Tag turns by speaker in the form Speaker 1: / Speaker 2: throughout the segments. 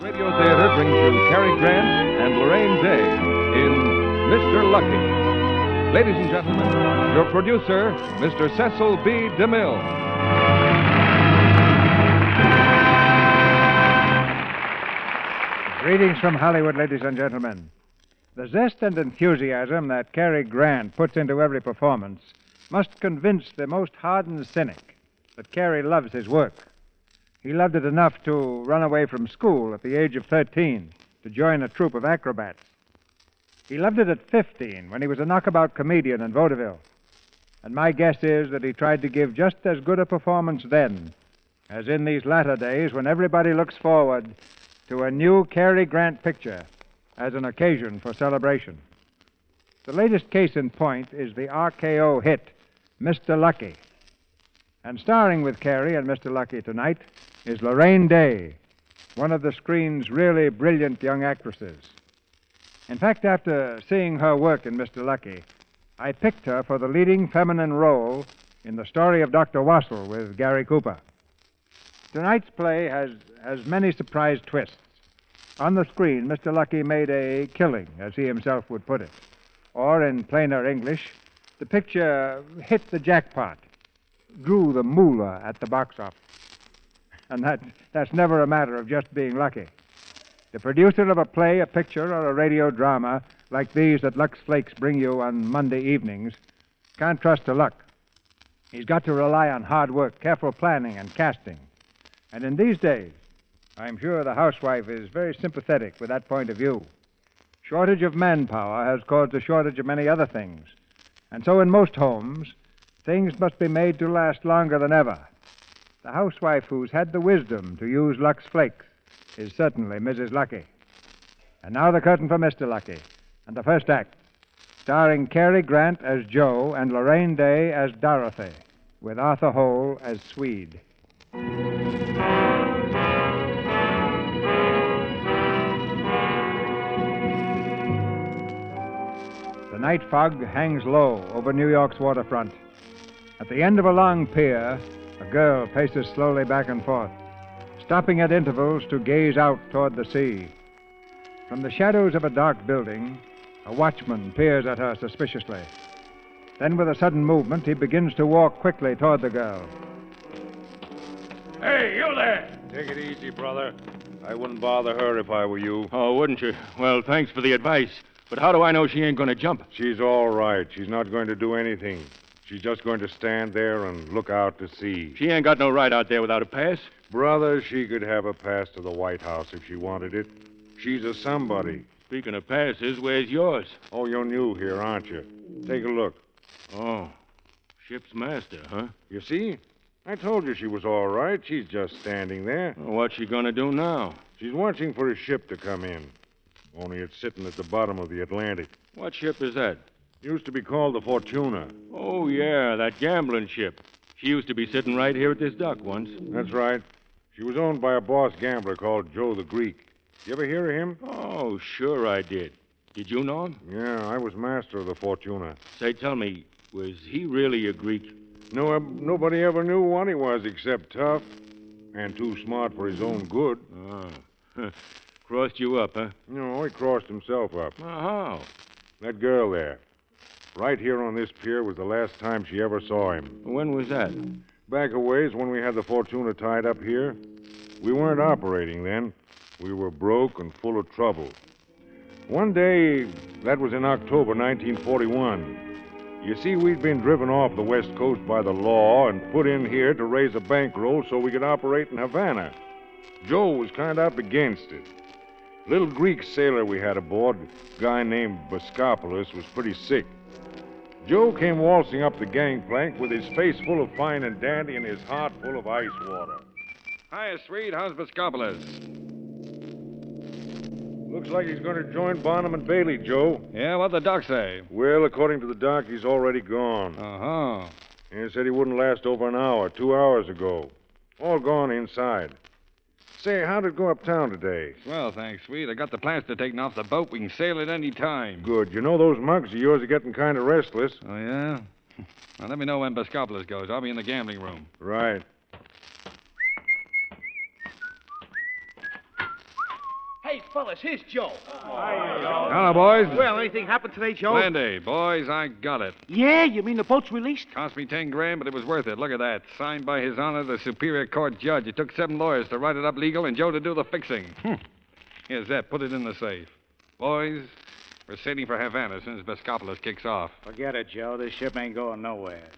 Speaker 1: Radio Theater brings you Cary Grant and Lorraine Day in Mr. Lucky. Ladies and gentlemen, your producer, Mr. Cecil B. DeMille.
Speaker 2: Greetings from Hollywood, ladies and gentlemen. The zest and enthusiasm that Cary Grant puts into every performance must convince the most hardened cynic that Cary loves his work. He loved it enough to run away from school at the age of 13 to join a troupe of acrobats. He loved it at 15 when he was a knockabout comedian in vaudeville. And my guess is that he tried to give just as good a performance then as in these latter days when everybody looks forward to a new Cary Grant picture as an occasion for celebration. The latest case in point is the RKO hit, Mr. Lucky. And starring with Cary and Mr. Lucky tonight is Lorraine Day, one of the screen's really brilliant young actresses. In fact, after seeing her work in Mr. Lucky, I picked her for the leading feminine role in the story of Dr. Wassel with Gary Cooper. Tonight's play has as many surprise twists. On the screen, Mr. Lucky made a killing, as he himself would put it. Or, in plainer English, the picture hit the jackpot, drew the moolah at the box office. And that, that's never a matter of just being lucky. The producer of a play, a picture, or a radio drama like these that Lux Flakes bring you on Monday evenings can't trust to luck. He's got to rely on hard work, careful planning, and casting. And in these days, I'm sure the housewife is very sympathetic with that point of view. Shortage of manpower has caused a shortage of many other things. And so in most homes, things must be made to last longer than ever. The housewife who's had the wisdom to use Lux Flakes is certainly Mrs. Lucky. And now the curtain for Mr. Lucky and the first act, starring Cary Grant as Joe and Lorraine Day as Dorothy, with Arthur Hole as Swede. The night fog hangs low over New York's waterfront. At the end of a long pier, a girl paces slowly back and forth, stopping at intervals to gaze out toward the sea. From the shadows of a dark building, a watchman peers at her suspiciously. Then, with a sudden movement, he begins to walk quickly toward the girl.
Speaker 3: Hey, you there! Take it easy, brother. I wouldn't bother her if I were you.
Speaker 4: Oh, wouldn't you? Well, thanks for the advice. But how do I know she ain't going to jump?
Speaker 3: She's all right. She's not going to do anything. She's just going to stand there and look out to sea.
Speaker 4: She ain't got no right out there without a pass.
Speaker 3: Brother, she could have a pass to the White House if she wanted it. She's a somebody.
Speaker 4: Speaking of passes, where's yours?
Speaker 3: Oh, you're new here, aren't you? Take a look.
Speaker 4: Oh, ship's master, huh?
Speaker 3: You see? I told you she was all right. She's just standing there.
Speaker 4: Well, What's she going to do now?
Speaker 3: She's watching for a ship to come in. Only it's sitting at the bottom of the Atlantic.
Speaker 4: What ship is that?
Speaker 3: Used to be called the Fortuna.
Speaker 4: Oh, yeah, that gambling ship. She used to be sitting right here at this dock once.
Speaker 3: That's right. She was owned by a boss gambler called Joe the Greek. You ever hear of him?
Speaker 4: Oh, sure I did. Did you know him?
Speaker 3: Yeah, I was master of the Fortuna.
Speaker 4: Say, tell me, was he really a Greek?
Speaker 3: No, uh, nobody ever knew what he was except tough and too smart for his own good.
Speaker 4: Ah. Crossed you up, huh?
Speaker 3: No, he crossed himself up.
Speaker 4: Well, how?
Speaker 3: That girl there, right here on this pier, was the last time she ever saw him.
Speaker 4: When was that?
Speaker 3: Back a ways when we had the Fortuna tied up here. We weren't operating then. We were broke and full of trouble. One day, that was in October 1941. You see, we'd been driven off the West Coast by the law and put in here to raise a bankroll so we could operate in Havana. Joe was kind of up against it. Little Greek sailor we had aboard, a guy named Bascopoulos, was pretty sick. Joe came waltzing up the gangplank with his face full of fine and dandy and his heart full of ice water.
Speaker 1: Hiya, Swede. How's Viscopolis?
Speaker 3: Looks like he's going to join Bonham and Bailey, Joe.
Speaker 1: Yeah, what the doc say?
Speaker 3: Well, according to the doc, he's already gone.
Speaker 1: Uh huh.
Speaker 3: He said he wouldn't last over an hour, two hours ago. All gone inside. Say, how'd it go uptown today?
Speaker 1: Well, thanks, sweet. I got the plaster taken off the boat. We can sail at any time.
Speaker 3: Good. You know those mugs of yours are getting kind of restless.
Speaker 1: Oh, yeah? Now, let me know when Bascopoulos goes. I'll be in the gambling room.
Speaker 3: Right.
Speaker 5: Hey, fellas, here's Joe.
Speaker 1: Hello, boys.
Speaker 5: Well, anything happened today, Joe?
Speaker 1: Plenty. Boys, I got it.
Speaker 5: Yeah, you mean the boat's released?
Speaker 1: Cost me 10 grand, but it was worth it. Look at that. Signed by His Honor, the Superior Court Judge. It took seven lawyers to write it up legal and Joe to do the fixing. Hmm. Here's that. Put it in the safe. Boys, we're sailing for Havana as soon as Bascopoulos kicks off.
Speaker 6: Forget it, Joe. This ship ain't going nowhere.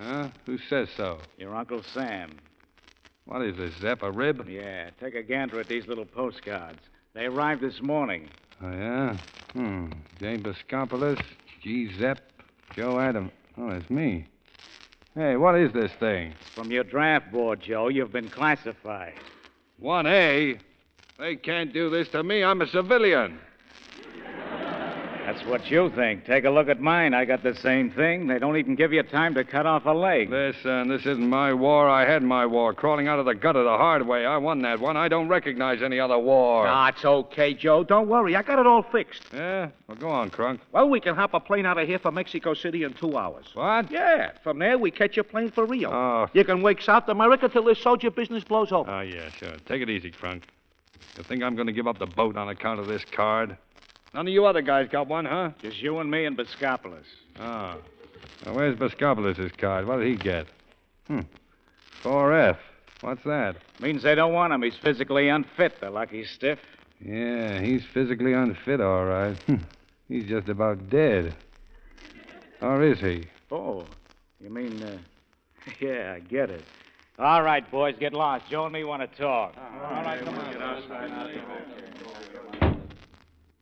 Speaker 1: Huh? Who says so?
Speaker 6: Your Uncle Sam.
Speaker 1: What is this, Zep? A rib?
Speaker 6: Yeah, take a gander at these little postcards. They arrived this morning.
Speaker 1: Oh, yeah? Hmm. Jane Bascopoulos, G. Zep, Joe Adam. Oh, it's me. Hey, what is this thing?
Speaker 6: From your draft board, Joe, you've been classified.
Speaker 1: 1A? They can't do this to me. I'm a civilian.
Speaker 6: That's what you think. Take a look at mine. I got the same thing. They don't even give you time to cut off a leg.
Speaker 1: Listen, this isn't my war. I had my war. Crawling out of the gutter the hard way. I won that one. I don't recognize any other war.
Speaker 5: Ah, it's okay, Joe. Don't worry. I got it all fixed.
Speaker 1: Yeah? Well, go on, Crunk.
Speaker 5: Well, we can hop a plane out of here for Mexico City in two hours.
Speaker 1: What?
Speaker 5: Yeah, from there we catch a plane for Rio.
Speaker 1: Oh.
Speaker 5: You can wake South America till this soldier business blows over.
Speaker 1: Oh, yeah, sure. Take it easy, Crunk. You think I'm going to give up the boat on account of this card? None of you other guys got one, huh?
Speaker 6: Just you and me and Biscopolis.
Speaker 1: Ah. Now, where's Bascopoulos' card? What did he get? Hmm. 4F. What's that?
Speaker 6: Means they don't want him. He's physically unfit, the lucky stiff.
Speaker 1: Yeah, he's physically unfit, all right. Hmm. he's just about dead. Or is he?
Speaker 6: Oh, you mean, uh, yeah, I get it. All right, boys, get lost. Joe and me want to talk. All right, come on.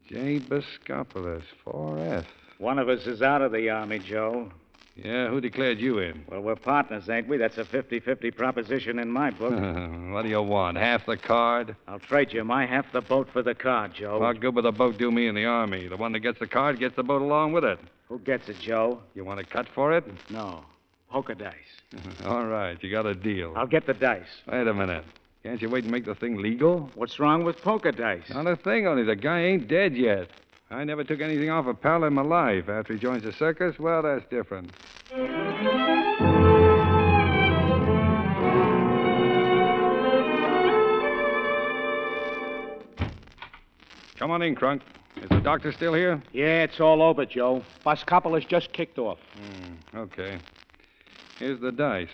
Speaker 1: J. Bascopoulos, 4F.
Speaker 6: One of us is out of the Army, Joe.
Speaker 1: Yeah, who declared you in?
Speaker 6: Well, we're partners, ain't we? That's a 50 50 proposition in my book.
Speaker 1: Uh-huh. what do you want? Half the card?
Speaker 6: I'll trade you my half the boat for the car, Joe.
Speaker 1: How good would the boat do me in the Army? The one that gets the card gets the boat along with it.
Speaker 6: Who gets it, Joe?
Speaker 1: You want to cut for it?
Speaker 6: No. Poker dice.
Speaker 1: All right, you got a deal.
Speaker 6: I'll get the dice.
Speaker 1: Wait a minute. Can't you wait and make the thing legal?
Speaker 6: What's wrong with poker dice?
Speaker 1: Not a thing, only the guy ain't dead yet. I never took anything off a pal in my life. After he joins the circus, well, that's different. Come on in, Crunk. Is the doctor still here?
Speaker 5: Yeah, it's all over, Joe. Bascopoulos just kicked off.
Speaker 1: Hmm, Okay. Here's the dice.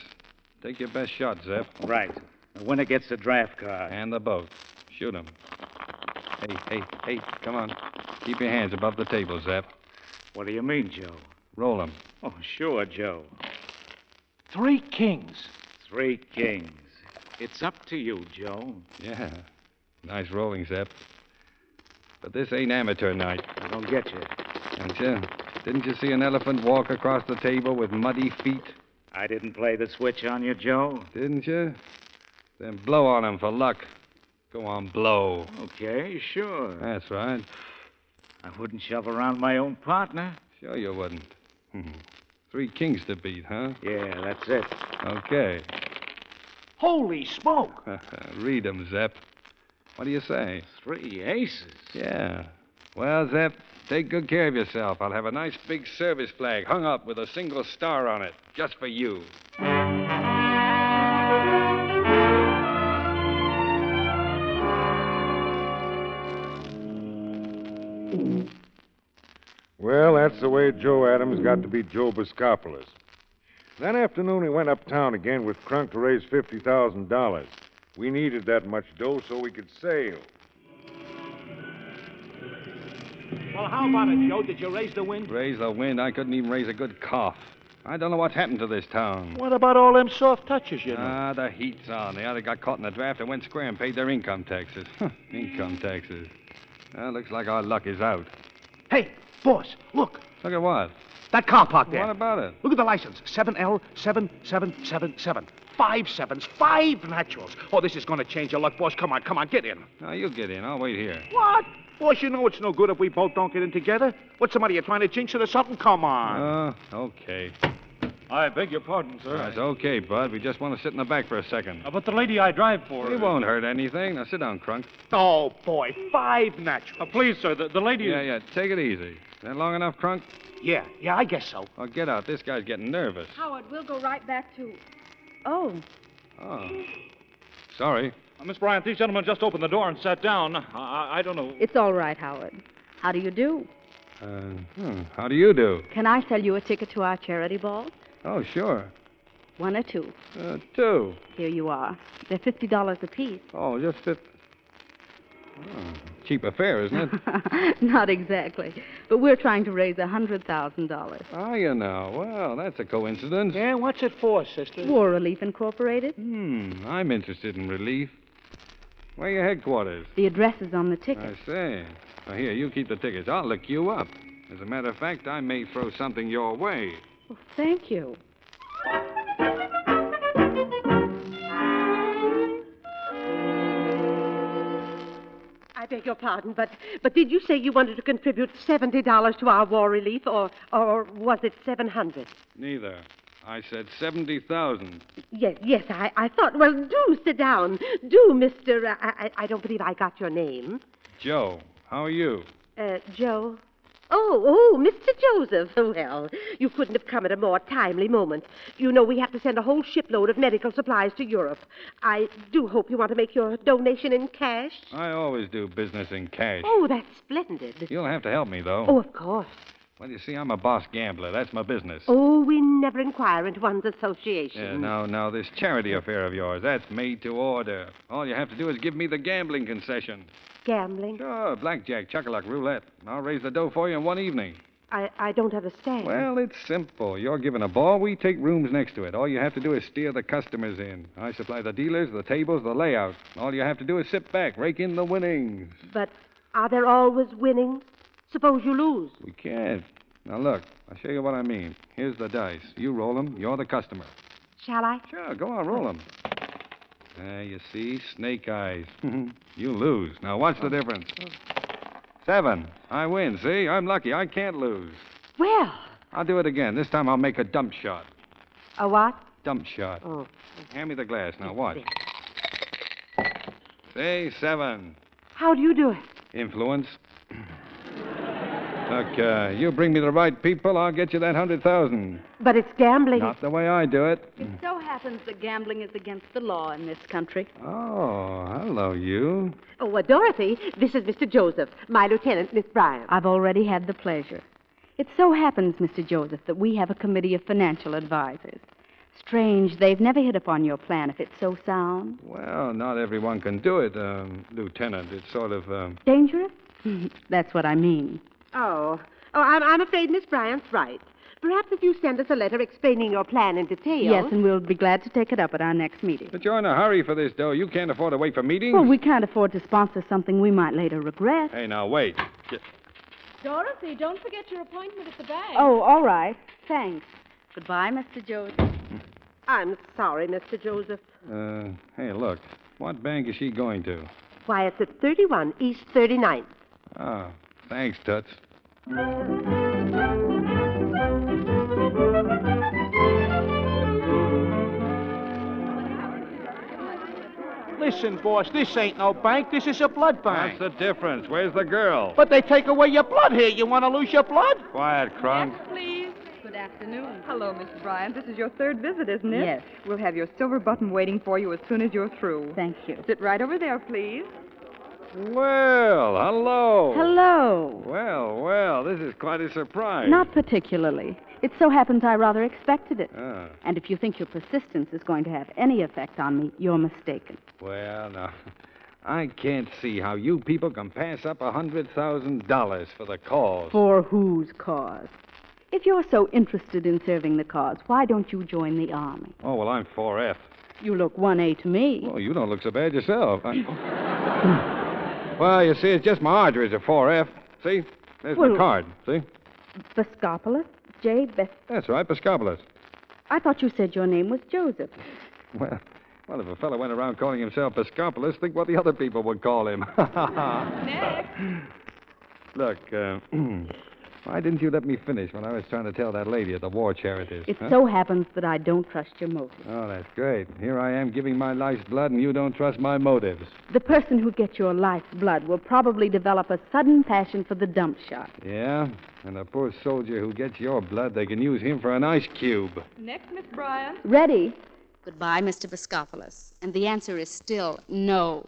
Speaker 1: Take your best shot, Zep.
Speaker 6: Right. The winner gets the draft card.
Speaker 1: And Uh, the boat. Shoot 'em. Hey, hey, hey, come on. Keep your hands above the table, Zep.
Speaker 6: What do you mean, Joe?
Speaker 1: Roll 'em.
Speaker 6: Oh, sure, Joe.
Speaker 5: Three kings.
Speaker 6: Three kings. It's up to you, Joe.
Speaker 1: Yeah. Nice rolling, Zep. But this ain't amateur night,
Speaker 6: I don't get you.
Speaker 1: don't you? Didn't you see an elephant walk across the table with muddy feet?
Speaker 6: I didn't play the switch on you, Joe.
Speaker 1: Didn't you? Then blow on him for luck. Go on, blow.
Speaker 6: Okay, sure.
Speaker 1: That's right.
Speaker 6: I wouldn't shove around my own partner.
Speaker 1: Sure you wouldn't. Hmm. Three kings to beat, huh?
Speaker 6: Yeah, that's it.
Speaker 1: Okay.
Speaker 5: Holy smoke.
Speaker 1: Read 'em, Zep. What do you say?
Speaker 6: Three aces.
Speaker 1: Yeah. Well, Zep, take good care of yourself. I'll have a nice big service flag hung up with a single star on it, just for you.
Speaker 3: Well, that's the way Joe Adams got to be Joe Biscopoulos. That afternoon, he went uptown again with Crunk to raise $50,000. We needed that much dough so we could sail.
Speaker 5: Well, how about it, Joe? Did you raise the wind?
Speaker 1: Raise the wind, I couldn't even raise a good cough. I don't know what's happened to this town.
Speaker 5: What about all them soft touches, you know?
Speaker 1: Ah, the heat's on. They either got caught in the draft and went square and paid their income taxes. Huh, income taxes. Well, looks like our luck is out.
Speaker 5: hey, boss, look.
Speaker 1: Look at what?
Speaker 5: That car parked there.
Speaker 1: What about it?
Speaker 5: Look at the license. 7L77777. Five sevens, five naturals. Oh, this is going to change your luck, boss. Come on, come on, get in.
Speaker 1: Now, you get in. I'll wait here.
Speaker 5: What? Boss, you know it's no good if we both don't get in together. What's the matter? You trying to jinx it or something? Come on.
Speaker 4: Uh.
Speaker 1: Oh, okay.
Speaker 4: I beg your pardon, sir. Uh,
Speaker 1: That's okay, Bud. We just want to sit in the back for a second.
Speaker 4: but the lady I drive for.
Speaker 1: It won't hurt anything. Now, sit down, Crunk.
Speaker 5: oh, boy, five naturals.
Speaker 4: Uh, please, sir, the, the lady
Speaker 1: Yeah, yeah. Take it easy. Is that long enough, Crunk?
Speaker 5: Yeah, yeah, I guess so.
Speaker 1: Oh, get out. This guy's getting nervous.
Speaker 7: Howard, we'll go right back to. Oh,
Speaker 1: Oh. Sorry.
Speaker 4: Uh, Miss Bryant, these gentlemen just opened the door and sat down. I, I, I don't know.
Speaker 7: it's all right, Howard. How do you do?
Speaker 1: Uh, hmm. How do you do?
Speaker 7: Can I sell you a ticket to our charity ball?
Speaker 1: Oh, sure.
Speaker 7: One or two.
Speaker 1: Uh, two.
Speaker 7: Here you are. They're fifty dollars apiece.
Speaker 1: Oh, just that. Oh, cheap affair, isn't it?
Speaker 7: Not exactly, but we're trying to raise a hundred thousand dollars.
Speaker 1: Ah, you know. Well, that's a coincidence.
Speaker 5: Yeah, what's it for, sister?
Speaker 7: War Relief Incorporated.
Speaker 1: Hmm. I'm interested in relief. Where are your headquarters?
Speaker 7: The address is on the
Speaker 1: I
Speaker 7: ticket.
Speaker 1: say. Now, here, you keep the tickets. I'll look you up. As a matter of fact, I may throw something your way.
Speaker 7: Well, thank you.
Speaker 8: I beg your pardon, but but did you say you wanted to contribute seventy dollars to our war relief, or or was it seven hundred?
Speaker 1: Neither. I said 70,000.
Speaker 8: Yes, yes, I, I thought. Well, do sit down, do, Mister. Uh, I I- I don't believe I got your name,
Speaker 1: Joe, how are you?
Speaker 8: uh, Joe. Oh, oh, Mr. Joseph. Oh, Well, you couldn't have come at a more timely moment. You know we have to send a whole shipload of medical supplies to Europe. I do hope you want to make your donation in cash.
Speaker 1: I always do business in cash.
Speaker 8: Oh, that's splendid.
Speaker 1: You'll have to help me, though.
Speaker 8: Oh, of course.
Speaker 1: Well, you see, I'm a boss gambler. That's my business.
Speaker 8: Oh, we never inquire into one's association.
Speaker 1: Yeah, now, now, this charity affair of yours, that's made to order. All you have to do is give me the gambling concession.
Speaker 8: Gambling?
Speaker 1: Sure, blackjack, chuck-a-luck, roulette. I'll raise the dough for you in one evening.
Speaker 8: I, I don't understand.
Speaker 1: Well, it's simple. You're given a ball, we take rooms next to it. All you have to do is steer the customers in. I supply the dealers, the tables, the layout. All you have to do is sit back, rake in the winnings.
Speaker 8: But are there always winning? Suppose you lose.
Speaker 1: We can't. Now, look, I'll show you what I mean. Here's the dice. You roll them, you're the customer.
Speaker 8: Shall I?
Speaker 1: Sure, Uh, go on, roll them. There you see, snake eyes. you lose. Now, what's the difference? Seven. I win, see? I'm lucky. I can't lose.
Speaker 8: Well,
Speaker 1: I'll do it again. This time I'll make a dump shot.
Speaker 8: a what?
Speaker 1: Dump shot.
Speaker 8: Oh,
Speaker 1: Hand me the glass. Now, watch. Say seven.
Speaker 8: how do you do it?
Speaker 1: Influence. Look, uh, you bring me the right people, I'll get you that hundred thousand.
Speaker 8: But it's gambling.
Speaker 1: Not the way I do it.
Speaker 7: It so happens that gambling is against the law in this country.
Speaker 1: Oh, hello, you.
Speaker 8: Oh, well, Dorothy, this is Mr. Joseph, my lieutenant, Miss Bryant.
Speaker 7: I've already had the pleasure. It so happens, Mr. Joseph, that we have a committee of financial advisers. Strange, they've never hit upon your plan if it's so sound.
Speaker 1: Well, not everyone can do it, um, Lieutenant. It's sort of. Um,
Speaker 7: Dangerous? That's what I mean.
Speaker 8: Oh, oh, I'm, I'm afraid Miss Bryant's right. Perhaps if you send us a letter explaining your plan in detail.
Speaker 7: Yes, and we'll be glad to take it up at our next meeting.
Speaker 1: but you're in a hurry for this, though. You can't afford to wait for meetings.
Speaker 7: Well, we can't afford to sponsor something we might later regret.
Speaker 1: Hey, now, wait. J-
Speaker 7: Dorothy, don't forget your appointment at the bank. Oh, all right. Thanks. Goodbye, Mr. Joseph.
Speaker 8: I'm sorry, Mr. Joseph.
Speaker 1: Uh, hey, look. What bank is she going to?
Speaker 8: Why, it's at 31 East 39th.
Speaker 1: Oh, thanks, Tuts.
Speaker 5: Listen, boss, this ain't no bank. This is a blood bank.
Speaker 1: What's the difference? Where's the girl?
Speaker 5: But they take away your blood here. You want to lose your blood?
Speaker 1: Quiet, Crunk.
Speaker 9: Please.
Speaker 7: Good afternoon.
Speaker 9: Hello, Mrs. Bryant. This is your third visit, isn't it?
Speaker 7: Yes.
Speaker 9: We'll have your silver button waiting for you as soon as you're through.
Speaker 7: Thank you.
Speaker 9: Sit right over there, please.
Speaker 1: Well, hello.
Speaker 7: Hello.
Speaker 1: Well, well, this is quite a surprise.
Speaker 7: Not particularly. It so happens I rather expected it.
Speaker 1: Ah,
Speaker 7: And if you think your persistence is going to have any effect on me, you're mistaken.
Speaker 1: well, now, I can't see how you people can pass up a hundred thousand dollars for the cause.
Speaker 7: For whose cause? If you're so interested in serving the cause, why don't you join the Army?
Speaker 1: Oh well, I'm 4F.
Speaker 7: You look 1A to me.
Speaker 1: Oh, you don't look so bad yourself. I- well, you see, it's just my arteries are 4F. See, there's my
Speaker 7: Well-
Speaker 1: card. See,
Speaker 7: Vescopolis? J. Bes-
Speaker 1: that's right, Piscopolis.
Speaker 7: I thought you said your name was Joseph.
Speaker 1: Well, well, if a fellow went around calling himself Piscopolis, think what the other people would call him. Look, uh, why didn't you let me finish when I was trying to tell that lady at the war charities?
Speaker 7: It
Speaker 1: huh?
Speaker 7: so happens that I don't trust your motives.
Speaker 1: Oh, that's great. Here I am giving my life's blood, and you don't trust my motives.
Speaker 7: The person who gets your life's blood will probably develop a sudden passion for the dump shop.
Speaker 1: Yeah? And a poor soldier who gets your blood, they can use him for an ice cube.
Speaker 7: Next, Miss Bryan. Ready. Goodbye, Mr. Viscopolis. And the answer is still no.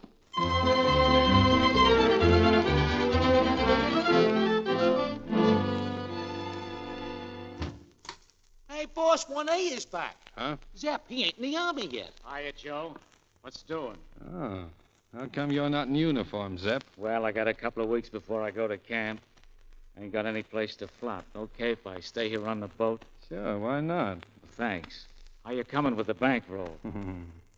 Speaker 10: Hey, boss, 1A is back.
Speaker 1: Huh?
Speaker 10: Zep, he ain't in the army yet.
Speaker 6: Hiya, Joe. What's doing?
Speaker 1: Oh. How come you're not in uniform, Zep?
Speaker 6: Well, I got a couple of weeks before I go to camp. Ain't got any place to flop. Okay if I stay here on the boat?
Speaker 1: Sure, why not?
Speaker 6: Thanks. How you coming with the bankroll?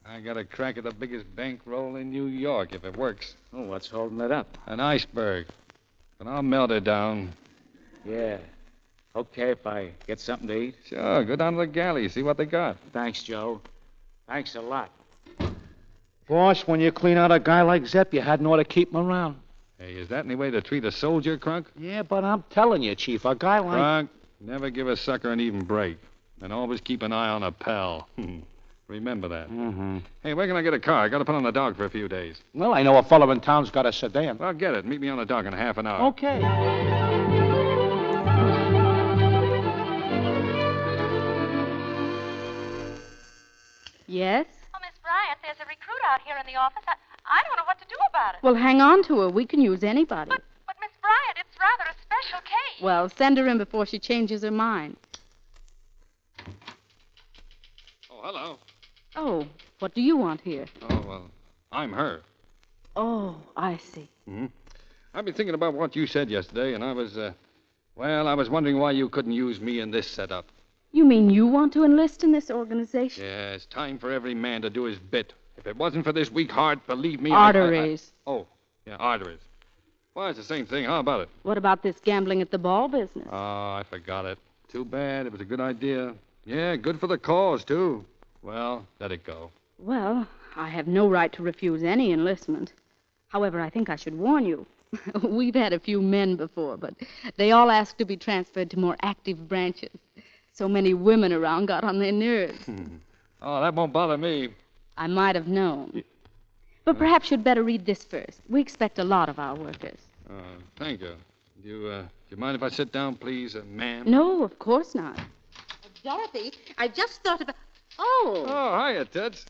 Speaker 1: I got a crack at the biggest bankroll in New York if it works.
Speaker 6: Oh, what's holding it up?
Speaker 1: An iceberg. But I'll melt it down.
Speaker 6: Yeah. Okay if I get something to eat?
Speaker 1: Sure, go down to the galley, see what they got.
Speaker 6: Thanks, Joe. Thanks a lot.
Speaker 10: Boss, when you clean out a guy like Zep, you hadn't ought to keep him around.
Speaker 1: Hey, is that any way to treat a soldier, Crunk?
Speaker 10: Yeah, but I'm telling you, Chief, a guy like.
Speaker 1: Crunk, never give a sucker an even break. And always keep an eye on a pal. Hmm. Remember that.
Speaker 10: Mm-hmm.
Speaker 1: Hey, where can I get a car? I got to put on the dog for a few days.
Speaker 10: Well, I know a fellow in town's got a sedan. Oh.
Speaker 1: Well, get it. Meet me on the dock in half an hour.
Speaker 10: Okay.
Speaker 7: Yes?
Speaker 11: Oh, Miss Bryant, there's a recruit out here in the office. I, I don't know what to do about it.
Speaker 7: Well, hang on to her. We can use anybody.
Speaker 11: But, Miss Bryant, it's rather a special case.
Speaker 7: Well, send her in before she changes her mind.
Speaker 1: Oh, hello.
Speaker 7: Oh, what do you want here?
Speaker 1: Oh, well, I'm her.
Speaker 7: Oh, I see.
Speaker 10: Mm-hmm.
Speaker 1: hmm I've been thinking about what you said yesterday, and I was, uh, well, I was wondering why you couldn't use me in this setup.
Speaker 7: You mean you want to enlist in this organization?
Speaker 1: Yeah, it's time for every man to do his bit. If it wasn't for this weak heart, believe me. I- I- I-
Speaker 7: Arteries.
Speaker 1: oh, yeah, arteries. Why, it's the same thing. How about it?
Speaker 7: What about this gambling at the ball business?
Speaker 1: Oh, I forgot it. Too bad. It was a good idea. Yeah, good for the cause, too. Well, let it go.
Speaker 7: Well, I have no right to refuse any enlistment. However, I think I should warn you. We've had a few men before, but they all asked to be transferred to more active branches. So many women around got on their nerves.
Speaker 1: Oh, that won't bother me.
Speaker 7: I might have known. But perhaps you'd better read this first. We expect a lot of our workers.
Speaker 1: Uh, thank you. Do you, uh, do you mind if I sit down, please, uh, ma'am?
Speaker 7: No, of course not.
Speaker 8: Dorothy, I just thought about. Oh. uh,
Speaker 1: Oh, hiya, Toots.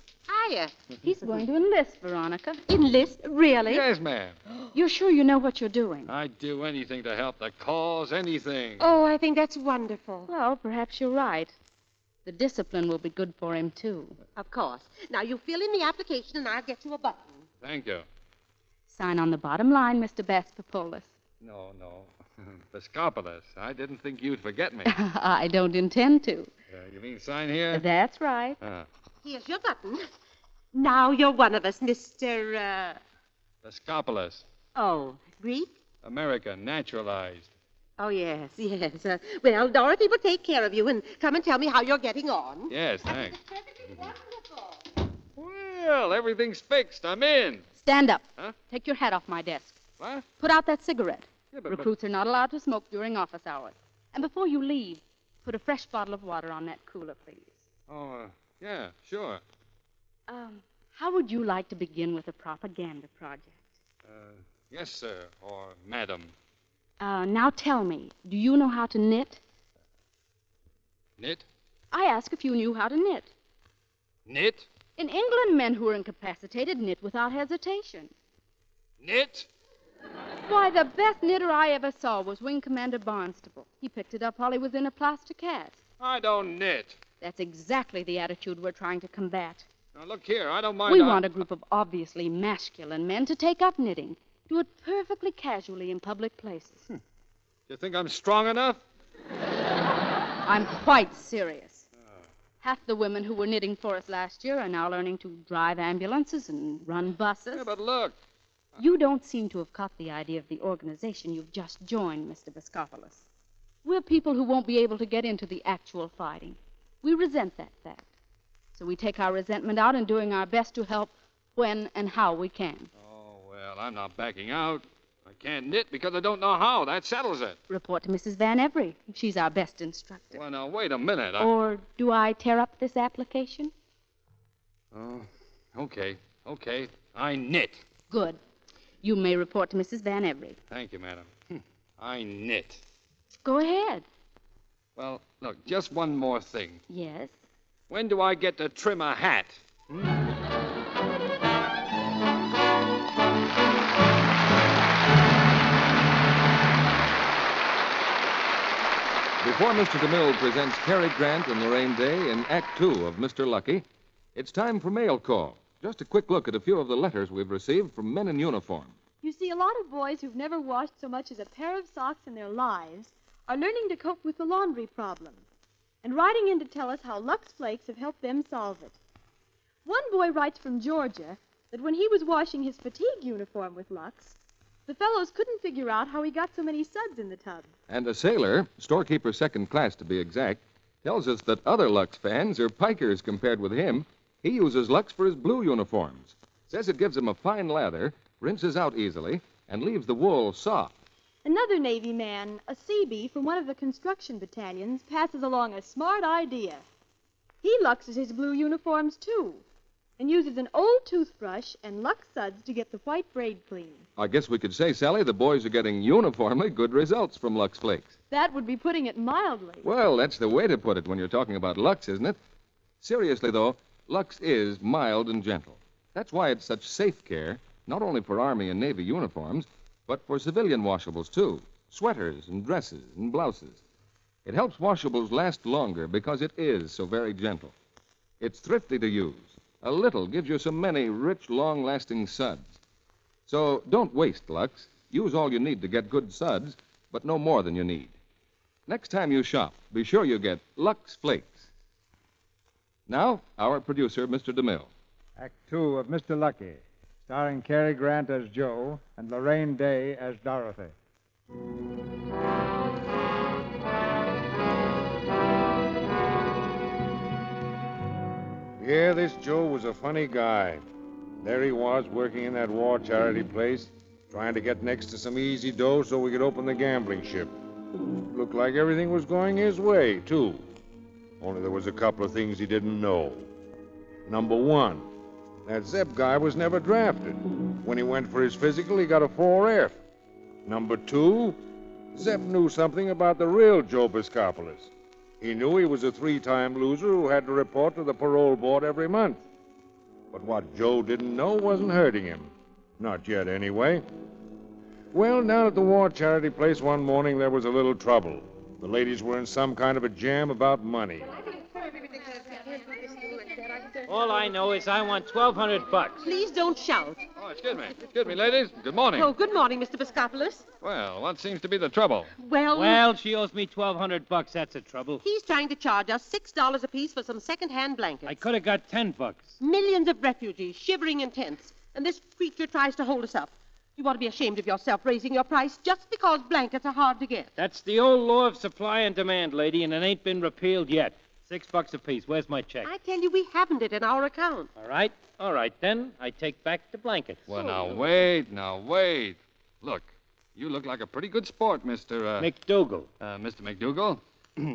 Speaker 8: Hiya.
Speaker 7: He's going to enlist, Veronica.
Speaker 8: Enlist? Really?
Speaker 1: Yes, ma'am.
Speaker 7: You're sure you know what you're doing?
Speaker 1: I'd do anything to help the cause, anything.
Speaker 8: Oh, I think that's wonderful.
Speaker 7: Well, perhaps you're right. The discipline will be good for him, too.
Speaker 8: Of course. Now, you fill in the application, and I'll get you a button.
Speaker 1: Thank you.
Speaker 7: Sign on the bottom line, Mr. Baspopoulos.
Speaker 1: No, no. Piscopolis, I didn't think you'd forget me. uh,
Speaker 7: I don't intend to.
Speaker 1: you mean sign here?
Speaker 7: That's right.
Speaker 1: Uh,
Speaker 8: Here's your button. Now you're one of us, Mr. Uh...
Speaker 1: Piscopolis,
Speaker 8: Oh, Greek?
Speaker 1: America, naturalized.
Speaker 8: Oh, yes, yes. Uh, well, Dorothy will take care of you, and come and tell me how you're getting on.
Speaker 1: Yes, thanks. Mm-hmm. Well, everything's fixed. I'm in.
Speaker 7: Stand up.
Speaker 1: Huh?
Speaker 7: Take your hat off my desk.
Speaker 1: What?
Speaker 7: Put out that cigarette.
Speaker 1: Yeah, but- but-
Speaker 7: Recruits are not allowed to smoke during office hours. And before you leave, put a fresh bottle of water on that cooler, please.
Speaker 1: Oh, uh, yeah, sure.
Speaker 7: Um, how would you like to begin with a propaganda project?
Speaker 1: Uh, yes, sir, or madam.
Speaker 7: Uh, now tell me, do you know how to knit?
Speaker 1: Knit?
Speaker 7: I ask if you knew how to knit.
Speaker 1: Knit?
Speaker 7: In England, men who are incapacitated knit without hesitation.
Speaker 1: Knit?
Speaker 7: Why, the best knitter I ever saw was Wing Commander Barnstable. He picked it up while he was in a plaster cast.
Speaker 1: I don't knit.
Speaker 7: That's exactly the attitude we're trying to combat.
Speaker 1: Now, look here, I don't mind.
Speaker 7: we
Speaker 1: I-
Speaker 7: want a group of obviously masculine men to take up knitting, do it perfectly casually in public places.
Speaker 1: You think I'm strong enough?
Speaker 7: I'm quite serious. Half the women who were knitting for us last year are now learning to drive ambulances and run buses.
Speaker 1: Yeah, but look.
Speaker 7: You don't seem to have caught the idea of the organization you've just joined, Mr. Biscopolis. We're people who won't be able to get into the actual fighting. We resent that fact. So we take our resentment out in doing our best to help when and how we can.
Speaker 1: Well, I'm not backing out. I can't knit because I don't know how. That settles it.
Speaker 7: Report to Mrs. Van Every. She's our best instructor.
Speaker 1: Well, now, wait a minute. I...
Speaker 7: Or do I tear up this application?
Speaker 1: Oh, okay. Okay. I knit.
Speaker 7: Good. You may report to Mrs. Van Every.
Speaker 1: Thank you, madam. Hmm. I knit.
Speaker 7: Go ahead.
Speaker 1: Well, look, just one more thing.
Speaker 7: Yes.
Speaker 1: When do I get to trim a hat?
Speaker 12: Before Mr. DeMille presents Cary Grant and Lorraine Day in Act Two of Mr. Lucky, it's time for mail call. Just a quick look at a few of the letters we've received from men in uniform.
Speaker 13: You see, a lot of boys who've never washed so much as a pair of socks in their lives are learning to cope with the laundry problem and writing in to tell us how Lux Flakes have helped them solve it. One boy writes from Georgia that when he was washing his fatigue uniform with Lux, the fellows couldn't figure out how he got so many suds in the tub.
Speaker 12: And a sailor, storekeeper second class to be exact, tells us that other Lux fans are pikers compared with him. He uses Lux for his blue uniforms. Says it gives him a fine lather, rinses out easily, and leaves the wool soft.
Speaker 13: Another Navy man, a CB from one of the construction battalions, passes along a smart idea. He luxes his blue uniforms, too, and uses an old toothbrush and lux suds to get the white braid clean.
Speaker 12: I guess we could say, Sally, the boys are getting uniformly good results from Lux Flakes.
Speaker 13: That would be putting it mildly.
Speaker 12: Well, that's the way to put it when you're talking about Lux, isn't it? Seriously, though, Lux is mild and gentle. That's why it's such safe care, not only for Army and Navy uniforms, but for civilian washables, too sweaters and dresses and blouses. It helps washables last longer because it is so very gentle. It's thrifty to use. A little gives you so many rich, long lasting suds. So don't waste Lux. Use all you need to get good suds, but no more than you need. Next time you shop, be sure you get Lux Flakes. Now, our producer, Mr. DeMille.
Speaker 2: Act two of Mr. Lucky, starring Cary Grant as Joe and Lorraine Day as Dorothy.
Speaker 3: Yeah, this Joe was a funny guy. There he was, working in that war charity place, trying to get next to some easy dough so we could open the gambling ship. Looked like everything was going his way, too. Only there was a couple of things he didn't know. Number one, that Zeb guy was never drafted. When he went for his physical, he got a 4F. Number two, Zeb knew something about the real Joe Biscopoulos. He knew he was a three time loser who had to report to the parole board every month. But what Joe didn't know wasn't hurting him. Not yet, anyway. Well, down at the war charity place one morning, there was a little trouble. The ladies were in some kind of a jam about money.
Speaker 14: All I know is I want 1,200 bucks.
Speaker 8: Please don't shout.
Speaker 1: Oh, excuse me. Excuse me, ladies. Good morning.
Speaker 8: Oh, good morning, Mr. Biscopoulos.
Speaker 1: Well, what seems to be the trouble?
Speaker 8: Well,
Speaker 14: Well, she owes me 1,200 bucks. That's the trouble.
Speaker 8: he's trying to charge us $6 apiece for some second-hand blankets.
Speaker 14: I could have got 10 bucks.
Speaker 8: Millions of refugees shivering in tents, and this creature tries to hold us up. You ought to be ashamed of yourself raising your price just because blankets are hard to get.
Speaker 14: That's the old law of supply and demand, lady, and it ain't been repealed yet. Six bucks apiece. Where's my check?
Speaker 8: I tell you, we haven't it in our account.
Speaker 14: All right, all right, then. I take back the blankets.
Speaker 1: Well, now, wait, now, wait. Look, you look like a pretty good sport, Mr. Uh,
Speaker 14: McDougal.
Speaker 1: Uh, Mr. McDougal.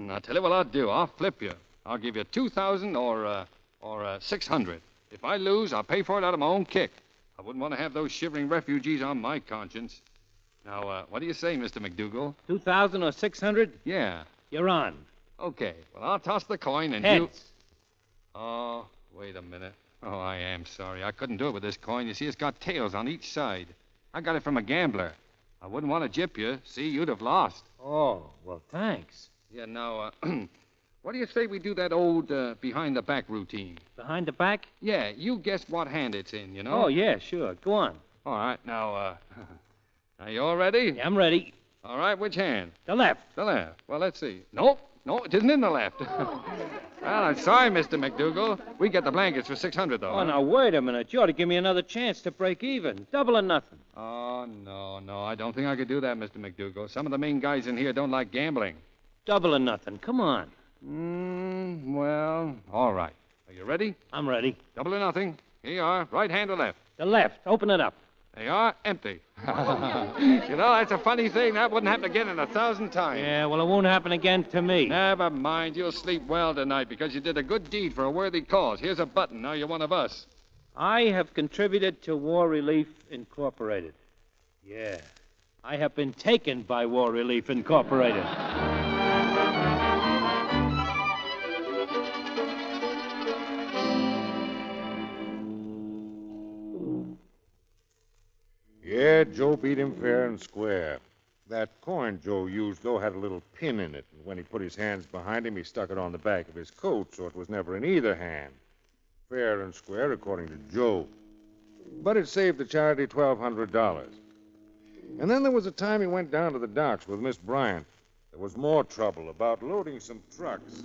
Speaker 1: I'll tell you what I'll do. I'll flip you. I'll give you 2000 or, uh, or uh, 600 If I lose, I'll pay for it out of my own kick. I wouldn't want to have those shivering refugees on my conscience. Now, uh, what do you say, Mr. McDougal?
Speaker 14: 2,000 or 600?
Speaker 1: Yeah.
Speaker 14: You're on.
Speaker 1: Okay, well, I'll toss the coin and you.
Speaker 14: Heads.
Speaker 1: Oh, wait a minute. Oh, I am sorry. I couldn't do it with this coin. You see, it's got tails on each side. I got it from a gambler. I wouldn't want to jip you. See, you'd have lost.
Speaker 14: Oh, well, thanks.
Speaker 1: Yeah, now, uh, what do you say we do that old uh, behind the back routine?
Speaker 14: Behind the back?
Speaker 1: Yeah, you guess what hand it's in, you know?
Speaker 14: Oh, yeah, sure. Go on.
Speaker 1: All right, now, uh, are you all ready? Yeah,
Speaker 14: I'm ready.
Speaker 1: All right, which hand?
Speaker 14: The left.
Speaker 1: The left. Well, let's see. Nope, no, it isn't in the left. well, I'm sorry, Mr. McDougal. We get the blankets for 600 though.
Speaker 14: Oh, now, wait a minute. You ought to give me another chance to break even. Double or nothing.
Speaker 1: Oh, no, no. I don't think I could do that, Mr. McDougal. Some of the main guys in here don't like gambling.
Speaker 14: Double or nothing. Come on.
Speaker 1: Mm, Hmm, well, all right. Are you ready?
Speaker 14: I'm ready.
Speaker 1: Double or nothing. Here you are. Right hand or left?
Speaker 14: The left. Open it up.
Speaker 1: They are empty. you know, that's a funny thing. That wouldn't happen again in a thousand times.
Speaker 14: Yeah, well, it won't happen again to me.
Speaker 1: Never mind. You'll sleep well tonight because you did a good deed for a worthy cause. Here's a button. Now you're one of us.
Speaker 14: I have contributed to War Relief Incorporated. Yeah. I have been taken by War Relief Incorporated.
Speaker 3: Yeah, Joe beat him fair and square. That coin Joe used, though, had a little pin in it, and when he put his hands behind him, he stuck it on the back of his coat, so it was never in either hand. Fair and square, according to Joe. But it saved the charity $1,200. And then there was a time he went down to the docks with Miss Bryant. There was more trouble about loading some trucks.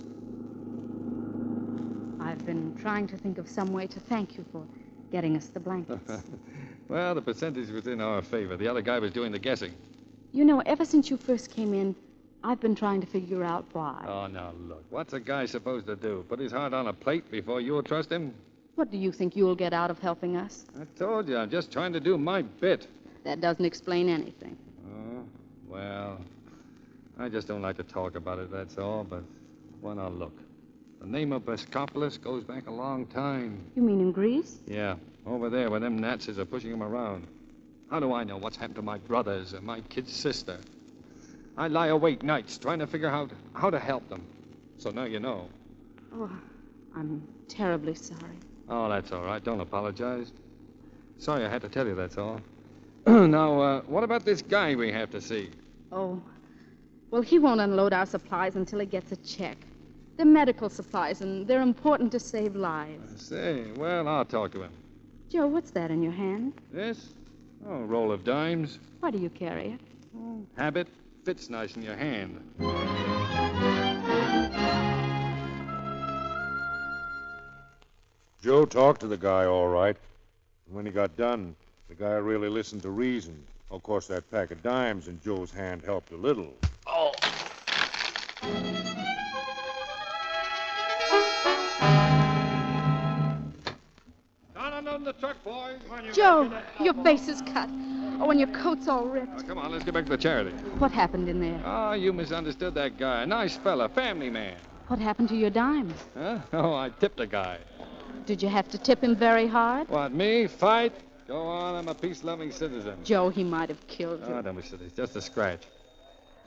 Speaker 7: I've been trying to think of some way to thank you for getting us the blankets.
Speaker 1: Well, the percentage was in our favor. The other guy was doing the guessing.
Speaker 7: you know, ever since you first came in, I've been trying to figure out why.
Speaker 1: Oh, now look. What's a guy supposed to do? Put his heart on a plate before you'll trust him?
Speaker 7: What do you think you'll get out of helping us?
Speaker 1: I told you, I'm just trying to do my bit.
Speaker 7: That doesn't explain anything.
Speaker 1: Oh, well, I just don't like to talk about it, that's all, but why not look? The name of Bascopolis goes back a long time.
Speaker 7: You mean in Greece?
Speaker 1: Yeah, over there where them Nazis are pushing him around. How do I know what's happened to my brothers and my kid sister? I lie awake nights trying to figure out how to help them. So now you know.
Speaker 7: Oh, I'm terribly sorry.
Speaker 1: Oh, that's all right. Don't apologize. Sorry I had to tell you, that's all. now, uh, what about this guy we have to see?
Speaker 7: Oh, well, he won't unload our supplies until he gets a check. They're medical supplies, and they're important to save lives.
Speaker 1: Say, well, I'll talk to him.
Speaker 7: Joe, what's that in your hand?
Speaker 1: This? Oh, roll of dimes.
Speaker 7: Why do you carry it?
Speaker 1: Habit fits nice in your hand.
Speaker 3: Joe talked to the guy all right. And when he got done, the guy really listened to reason. Of course, that pack of dimes in Joe's hand helped a little.
Speaker 1: Oh. Down on the truck, boys. When you
Speaker 7: Joe, your face is cut. Oh, and your coat's all ripped.
Speaker 1: Come on, let's get back to the charity.
Speaker 7: What happened in there?
Speaker 1: Oh, you misunderstood that guy. Nice fella, family man.
Speaker 7: What happened to your dimes?
Speaker 1: Huh? Oh, I tipped a guy.
Speaker 7: Did you have to tip him very hard?
Speaker 1: What, me? Fight? Go on, I'm a peace loving citizen.
Speaker 7: Joe, he might have killed you.
Speaker 1: Oh, don't be silly. It's just a scratch.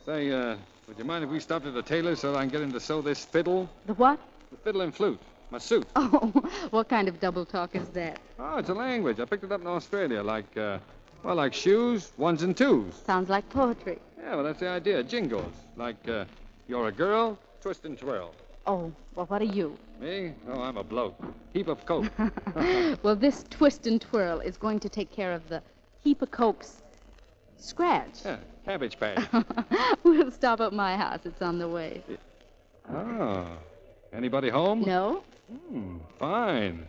Speaker 1: Say, uh, would you mind if we stopped at the tailor's so that I can get him to sew this fiddle?
Speaker 7: The what?
Speaker 1: The fiddle and flute. My suit.
Speaker 7: Oh, what kind of double talk is that?
Speaker 1: Oh, it's a language. I picked it up in Australia. Like, uh, well, like shoes, ones and twos.
Speaker 7: Sounds like poetry.
Speaker 1: Yeah, well, that's the idea. Jingles. Like, uh, you're a girl, twist and twirl.
Speaker 7: Oh, well, what are you?
Speaker 1: Me? Oh, I'm a bloke. Heap of coke.
Speaker 7: well, this twist and twirl is going to take care of the heap of cokes scratch.
Speaker 1: yeah, cabbage patch.
Speaker 7: We'll stop at my house. It's on the way.
Speaker 1: oh. Anybody home?
Speaker 7: No?
Speaker 1: Hmm, fine.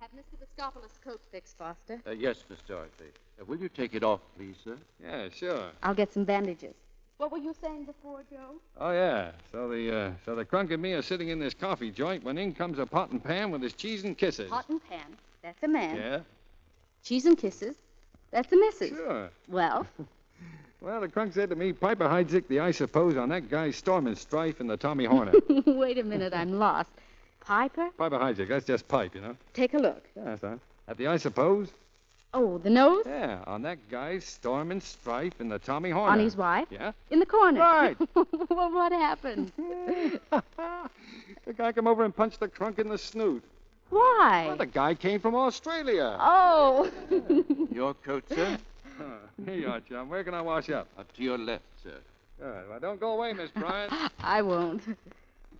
Speaker 7: Have Mr. Viscopolis' coat fixed, Foster.
Speaker 15: Uh, yes, Miss Dorothy. Uh, will you take it off, please, sir?
Speaker 1: Yeah, sure.
Speaker 7: I'll get some bandages. What were you saying before, Joe?
Speaker 1: Oh yeah. So the uh, so the crunk and me are sitting in this coffee joint when in comes a pot and pan with his cheese and kisses.
Speaker 7: Pot and pan. That's a man.
Speaker 1: Yeah.
Speaker 7: Cheese and kisses. That's a missus.
Speaker 1: Sure.
Speaker 7: Well,
Speaker 1: Well, the crunk said to me, Piper Heidsick, the I suppose on that guy's storm and strife and the Tommy Horner.
Speaker 7: wait a minute. I'm lost. Piper,
Speaker 1: Piper Heidsick, that's just pipe, you know.
Speaker 7: take a look.
Speaker 1: Yeah, that's right. At the I suppose.
Speaker 7: Oh, the nose?
Speaker 1: Yeah, on that guy's storm and strife and the Tommy Horner.
Speaker 7: On his wife?
Speaker 1: Yeah.
Speaker 7: In the corner.
Speaker 1: Right.
Speaker 7: well, what happened?
Speaker 1: The guy come over and punched the crunk in the snoot.
Speaker 7: Why?
Speaker 1: Well, the guy came from Australia.
Speaker 7: Oh.
Speaker 15: Your coat, sir?
Speaker 1: Here you are, chum. Where can I wash up?
Speaker 15: Up to your left, sir.
Speaker 1: All right, well, don't go away, Miss Bryant.
Speaker 7: I won't.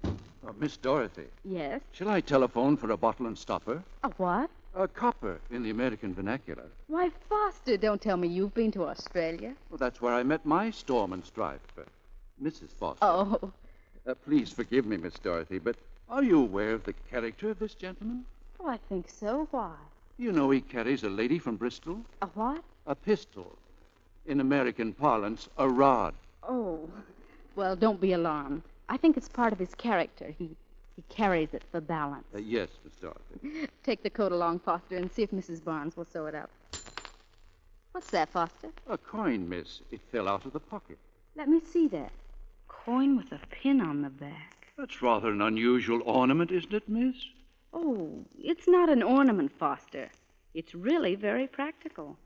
Speaker 15: Oh, Miss Dorothy,
Speaker 7: Yes.
Speaker 15: shall I telephone for a bottle and stopper?
Speaker 7: A what?
Speaker 15: A copper in the American vernacular.
Speaker 7: Why, Foster, don't tell me you've been to Australia.
Speaker 15: Well, that's where I met my storm and strife, uh, Mrs. Foster.
Speaker 7: Oh,
Speaker 15: Uh, please forgive me, Miss Dorothy, but are you aware of the character of this gentleman?
Speaker 7: oh, I think so. Why? Oh.
Speaker 15: You know he carries a lady from Bristol,
Speaker 7: A what?
Speaker 15: a pistol. in American parlance, a rod.
Speaker 7: Oh. Well, don't be alarmed. I think it's part of his character. He he carries it for balance.
Speaker 15: Uh, yes, Miss Dorothy.
Speaker 7: Take the coat along, Foster, and see if Mrs. Barnes will sew it up. What's that, Foster?
Speaker 15: A coin, miss. It fell out of the pocket.
Speaker 7: Let me see that. Coin with a pin on the back.
Speaker 15: That's rather an unusual ornament, isn't it, miss?
Speaker 7: Oh, it's not an ornament, Foster. It's really very practical.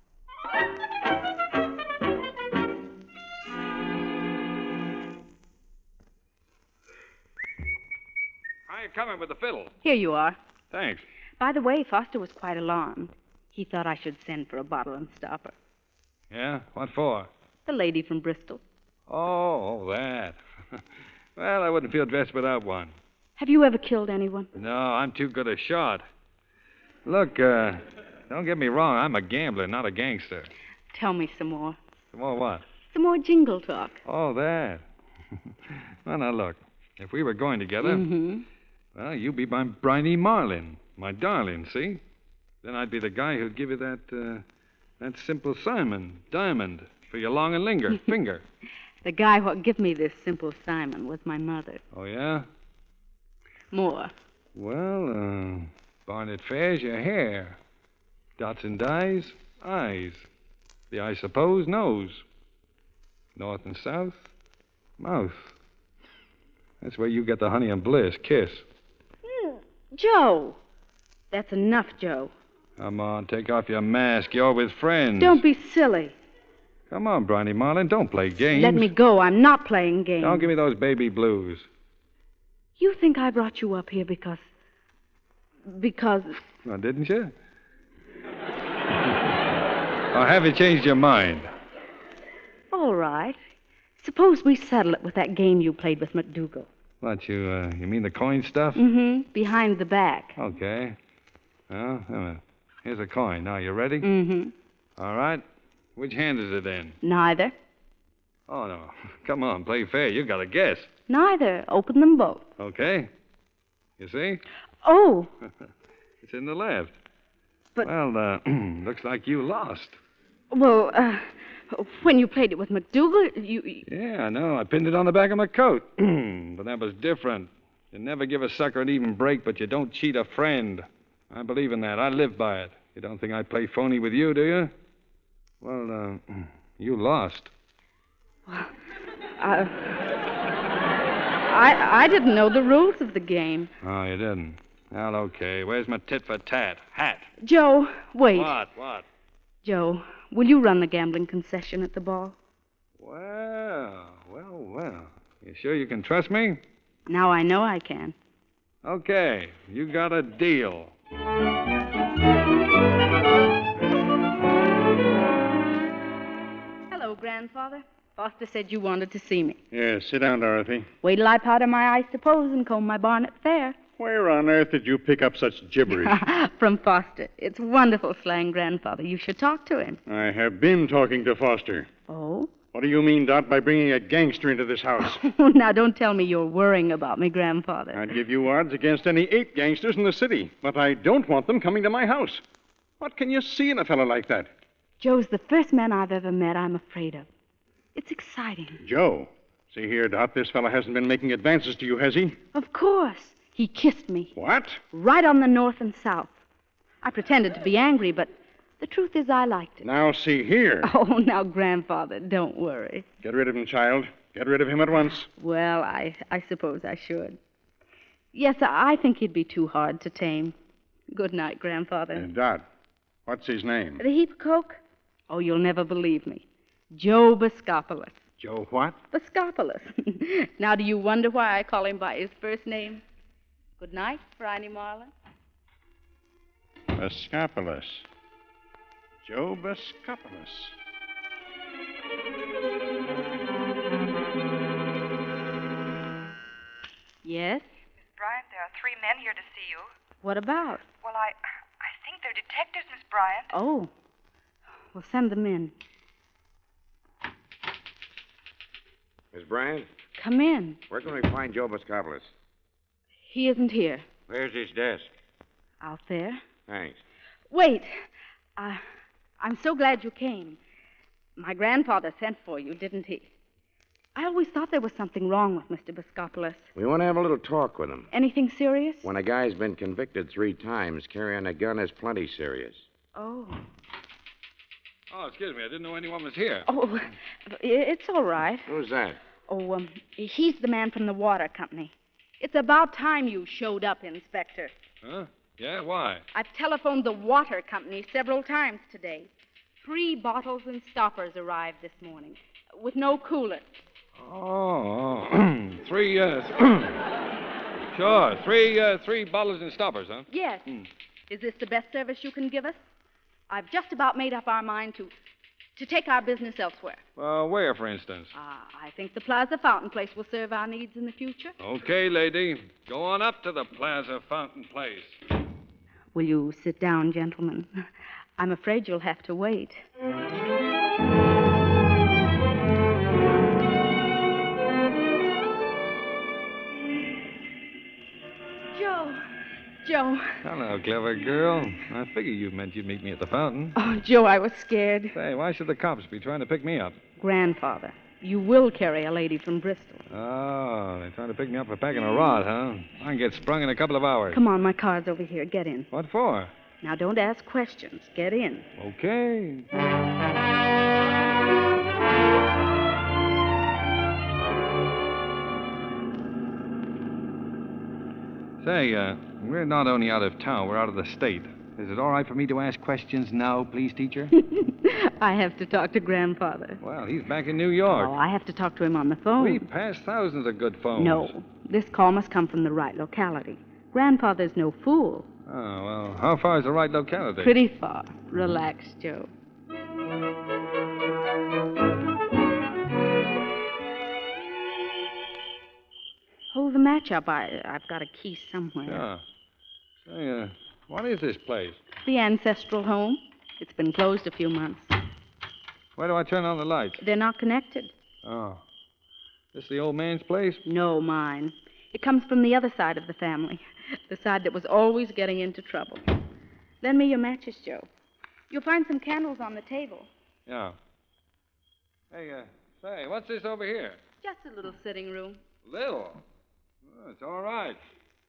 Speaker 1: I come in with the fiddle.
Speaker 7: Here you are.
Speaker 1: Thanks.
Speaker 7: By the way, Foster was quite alarmed. He thought I should send for a bottle and stopper.
Speaker 1: Yeah? What for?
Speaker 7: The lady from Bristol.
Speaker 1: Oh, oh, that. well, I wouldn't feel dressed without one.
Speaker 7: Have you ever killed anyone?
Speaker 1: No, I'm too good a shot. Look, uh, don't get me wrong. I'm a gambler, not a gangster.
Speaker 7: Tell me some more.
Speaker 1: Some more what?
Speaker 7: Some more jingle talk.
Speaker 1: Oh, that. well, now, look. If we were going together,
Speaker 7: Mhm.
Speaker 1: well, you'd be my briny Marlin, my darling, see? Then I'd be the guy who'd give you that, uh, that simple Simon, diamond, for your long and linger, finger.
Speaker 7: The guy what give me this simple Simon was my mother.
Speaker 1: Oh, yeah?
Speaker 7: More.
Speaker 1: Well, uh, Barnett Fair's your hair. Dots and dyes, eyes. The I suppose, nose. North and south, mouth. That's where you get the honey and bliss kiss.
Speaker 7: Joe. That's enough, Joe.
Speaker 1: Come on, take off your mask. You're with friends.
Speaker 7: Don't be silly.
Speaker 1: Come on, Briny Marlin. Don't play games.
Speaker 7: Let me go. I'm not playing games.
Speaker 1: Don't give me those baby blues.
Speaker 7: You think I brought you up here because. Because.
Speaker 1: Well, didn't you? or have you changed your mind?
Speaker 7: All right. Suppose we settle it with that game you played with McDougal.
Speaker 1: What, you, uh, you mean the coin stuff?
Speaker 7: Mm
Speaker 1: Mm-hmm.
Speaker 7: hmm. Behind the back.
Speaker 1: Okay. Well, wait a minute. here's a coin. Now, you ready?
Speaker 7: Mm hmm.
Speaker 1: All right. Which hand is it in?
Speaker 7: Neither.
Speaker 1: Oh, no. Come on, play fair. You got to guess.
Speaker 7: Neither. Open them both.
Speaker 1: Okay? You see?
Speaker 7: Oh,
Speaker 1: It's in the left.
Speaker 7: But-
Speaker 1: Well, uh, looks like you lost.
Speaker 7: well, uh, when you played it with McDougal, you.
Speaker 1: Yeah, I know. I pinned it on the back of my coat. but that was different. You never give a sucker an even break, but you don't cheat a friend. I believe in that. I live by it. You don't think I play phony with you, do you? Well, uh, you lost.
Speaker 7: Uh, I, I didn't know the rules of the game.
Speaker 1: Oh, you didn't. Well, okay. Where's my tit for tat hat?
Speaker 7: Joe, wait.
Speaker 1: What? What?
Speaker 7: Joe, will you run the gambling concession at the ball?
Speaker 1: Well, well, well. You sure you can trust me?
Speaker 7: Now I know I can.
Speaker 1: Okay, you got a deal.
Speaker 7: Hello, Grandfather. Foster said you wanted to see me.
Speaker 4: Yeah, sit down, Dorothy.
Speaker 7: Wait till I powder my I suppose and comb my bonnet fair.
Speaker 4: Where on earth did you pick up such gibberish?
Speaker 7: From Foster. It's wonderful slang, Grandfather. You should talk to him.
Speaker 4: I have been talking to Foster.
Speaker 7: Oh?
Speaker 4: What do you mean, Dot, by bringing a gangster into this house?
Speaker 7: now don't tell me you're worrying about me, Grandfather.
Speaker 4: I'd give you odds against any eight gangsters in the city, but I don't want them coming to my house. What can you see in a fellow like that?
Speaker 7: Joe's the first man I've ever met I'm afraid of. It's exciting.
Speaker 4: Joe. See here, Dot, this fellow hasn't been making advances to you, has he?
Speaker 7: Of course. He kissed me.
Speaker 4: What?
Speaker 7: Right on the north and south. I pretended to be angry, but the truth is I liked it.
Speaker 4: Now, see here.
Speaker 7: Oh, now, Grandfather, don't worry.
Speaker 4: Get rid of him, child. Get rid of him at once.
Speaker 7: Well, I, I suppose I should. Yes, I I think he'd be too hard to tame. Good night, Grandfather.
Speaker 4: Uh, Dot, what's his name?
Speaker 7: The heap of coke? Oh, you'll never believe me. Joe Biscopolis.
Speaker 4: Joe what?
Speaker 7: Biscopolis. now, do you wonder why I call him by his first name? Good night, Briny Marlin.
Speaker 4: Bascopolis. Joe Bascopolis.
Speaker 7: Yes?
Speaker 16: Bryant, there are three men here to see you.
Speaker 7: What about?
Speaker 16: Well, I I think they're detectives, Miss Bryant.
Speaker 7: Oh. Well, send them in.
Speaker 17: Miss Bryant,
Speaker 7: Come in.
Speaker 17: where can we find Joe Boscopoulos?
Speaker 7: He isn't here.
Speaker 17: Where's his desk?
Speaker 7: Out there.
Speaker 17: Thanks.
Speaker 7: Wait. Uh, I'm so glad you came. My grandfather sent for you, didn't he? I always thought there was something wrong with Mr. Biscopoulos.
Speaker 17: We want to have a little talk with him.
Speaker 7: Anything serious?
Speaker 17: When a guy's been convicted three times, carrying a gun is plenty serious.
Speaker 7: Oh.
Speaker 1: Oh, excuse me. I didn't know anyone was here.
Speaker 7: Oh, i- it's all right.
Speaker 17: Who's that?
Speaker 7: Oh, um, he's the man from the water company. It's about time you showed up, Inspector.
Speaker 1: Huh? Yeah, why?
Speaker 7: I've telephoned the water company several times today. Three bottles and stoppers arrived this morning, with no cooler.
Speaker 1: Oh, oh. three, uh, sure. Three, uh, three bottles and stoppers, huh?
Speaker 7: Yes.
Speaker 1: Hmm.
Speaker 7: Is this the best service you can give us? I've just about made up our mind to to take our business elsewhere.
Speaker 1: Uh, where, for instance?
Speaker 7: Ah, I think the Plaza Fountain Place will serve our needs in the future.
Speaker 1: Okay, lady. Go on up to the Plaza Fountain Place.
Speaker 7: Will you sit down, gentlemen? I'm afraid you'll have to wait. Joe. Joe.
Speaker 1: Hello, clever girl. I figured you meant you'd meet me at the fountain.
Speaker 7: Oh, Joe, I was scared.
Speaker 1: Say, why should the cops be trying to pick me up?
Speaker 7: Grandfather, you will carry a lady from Bristol.
Speaker 1: Oh, they're trying to pick me up for packing a rod, huh? I can get sprung in a couple of hours.
Speaker 7: Come on, my car's over here. Get in.
Speaker 1: What for?
Speaker 7: Now, don't ask questions. Get in.
Speaker 1: Okay. Say, uh, we're not only out of town, we're out of the state. Is it all right for me to ask questions now, please, teacher?
Speaker 7: I have to talk to Grandfather.
Speaker 1: well, he's back in New York.
Speaker 7: Oh, I have to talk to him on the phone.
Speaker 1: We've passed thousands of good phones.
Speaker 7: No, this call must come from the right locality. Grandfather's no fool.
Speaker 1: Oh, well, how far is the right locality?
Speaker 7: Pretty far. Relax, Joe. Hold the match up. I, I've got a key somewhere.
Speaker 1: Yeah. Say, uh, what is this place?
Speaker 7: The ancestral home. It's been closed a few months.
Speaker 1: Where do I turn on the lights?
Speaker 7: They're not connected.
Speaker 1: Oh. This the old man's place?
Speaker 7: No, mine. It comes from the other side of the family, the side that was always getting into trouble. Lend me your matches, Joe. You'll find some candles on the table.
Speaker 1: Yeah. Hey, uh, say, what's this over here?
Speaker 7: Just a little sitting room.
Speaker 1: Little. Oh, it's all right.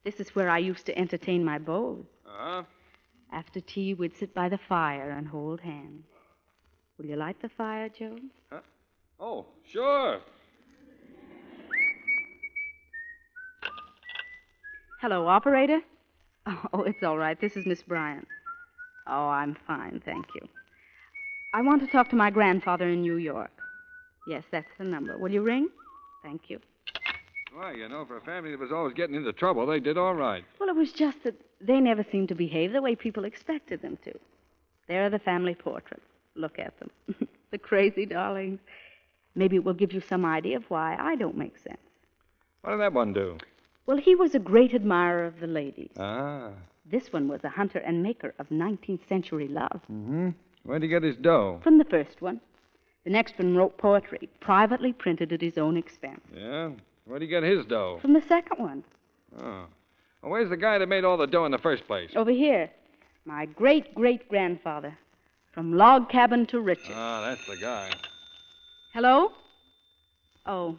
Speaker 7: This is where I used to entertain my beaux.
Speaker 1: Uh-huh.
Speaker 7: After tea, we'd sit by the fire and hold hands. Will you light the fire, Joe?
Speaker 1: Oh, sure.
Speaker 7: Hello, operator. Oh, it's all right. This is Miss Bryant. Oh, I'm fine, thank you. I want to talk to my grandfather in New York. Yes, that's the number. Will you ring? Thank you.
Speaker 1: Why, you know, for a family that was always getting into trouble, they did all right.
Speaker 7: Well, it was just that they never seemed to behave the way people expected them to. There are the family portraits. Look at them. the crazy darlings. Maybe it will give you some idea of why I don't make sense.
Speaker 1: What did that one do?
Speaker 7: Well, he was a great admirer of the ladies.
Speaker 1: Ah.
Speaker 7: This one was a hunter and maker of 19th century love.
Speaker 1: Mm-hmm. Where'd he get his dough?
Speaker 7: From the first one. The next one wrote poetry, privately printed at his own expense.
Speaker 1: Yeah? Where'd he get his dough?
Speaker 7: From the second one,
Speaker 1: Oh. Well, where's the guy that made all the dough in the first place?
Speaker 7: over here, my great great grandfather, from log cabin to riches.
Speaker 1: Ah, that's the guy.
Speaker 7: Hello? Oh.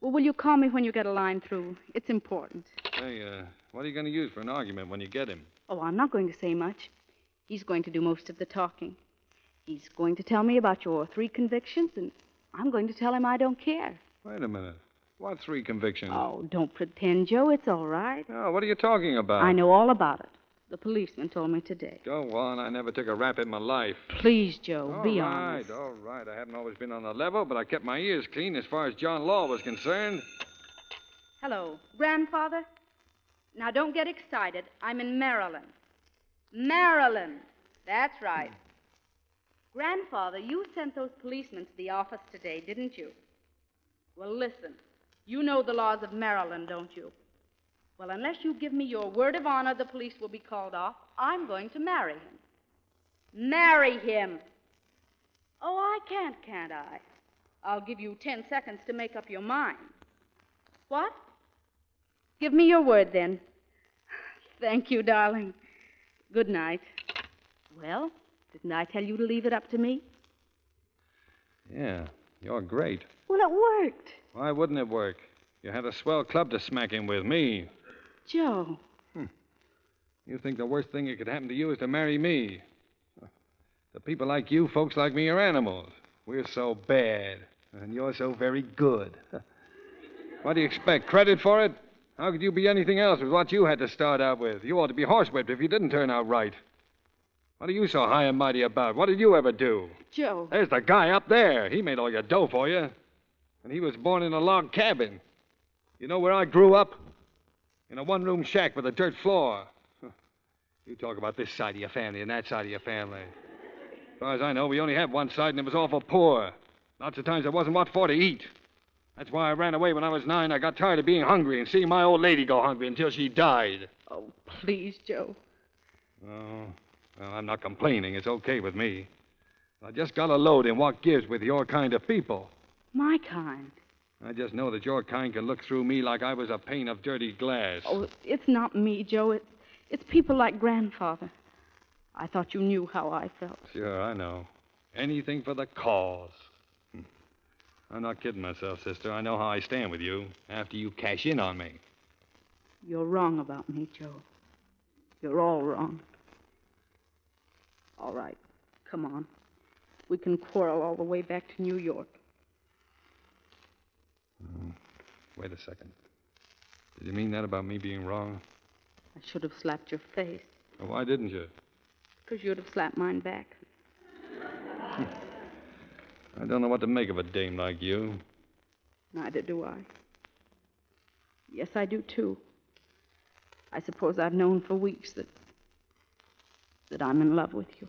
Speaker 7: Well, will you call me when you get a line through? It's important.
Speaker 1: Say, uh, what are you going to use for an argument when you get him?
Speaker 7: Oh, I'm not going to say much. He's going to do most of the talking. He's going to tell me about your three convictions, and I'm going to tell him I don't care.
Speaker 1: Wait a minute. What three convictions?
Speaker 7: Oh, don't pretend, Joe. It's all right.
Speaker 1: Oh, what are you talking about?
Speaker 7: I know all about it. The policeman told me today.
Speaker 1: Go on. I never took a rap in my life.
Speaker 7: Please, Joe,
Speaker 1: All
Speaker 7: be
Speaker 1: right,
Speaker 7: honest.
Speaker 1: all right. I haven't always been on the level, but I kept my ears clean as far as John Law was concerned.
Speaker 7: Hello, grandfather. Now don't get excited. I'm in Maryland. Maryland. That's right. Grandfather, you sent those policemen to the office today, didn't you? Well, listen. You know the laws of Maryland, don't you? Well, unless you give me your word of honor the police will be called off, I'm going to marry him. Marry him. Oh, I can't, can't I? I'll give you ten seconds to make up your mind. What? Give me your word then. Thank you, darling. Good night. Well, didn't I tell you to leave it up to me?
Speaker 1: Yeah, you're great.
Speaker 18: Well, it worked.
Speaker 1: Why wouldn't it work? You had a swell club to smack him with, me.
Speaker 18: Joe.
Speaker 1: You think the worst thing that could happen to you is to marry me. The people like you, folks like me, are animals. We're so bad, and you're so very good. What do you expect? Credit for it? How could you be anything else with what you had to start out with? You ought to be horsewhipped if you didn't turn out right. What are you so high and mighty about? What did you ever do?
Speaker 19: Oh.
Speaker 18: Joe.
Speaker 1: There's the guy up there. He made all your dough for you. And he was born in a log cabin. You know where I grew up? In a one room shack with a dirt floor. You talk about this side of your family and that side of your family. As far as I know, we only had one side, and it was awful poor. Lots of times there wasn't what for to eat. That's why I ran away when I was nine. I got tired of being hungry and seeing my old lady go hungry until she died.
Speaker 18: Oh, please, Joe.
Speaker 1: Oh, well, I'm not complaining. It's okay with me. I just got a load in what gives with your kind of people.
Speaker 18: My kind.
Speaker 1: I just know that your kind can look through me like I was a pane of dirty glass.
Speaker 18: Oh, it's not me, Joe. It, it's people like Grandfather. I thought you knew how I felt.
Speaker 1: Sure, I know. Anything for the cause. Hmm. I'm not kidding myself, sister. I know how I stand with you after you cash in on me.
Speaker 18: You're wrong about me, Joe. You're all wrong. All right, come on. We can quarrel all the way back to New York.
Speaker 1: Wait a second. Did you mean that about me being wrong?
Speaker 18: I should have slapped your face,
Speaker 1: Or why didn't you?
Speaker 18: because you'd have slapped mine back.
Speaker 1: I don't know what to make of a dame like you.
Speaker 18: Neither do I. Yes, I do too. I suppose I've known for weeks that that I'm in love with you.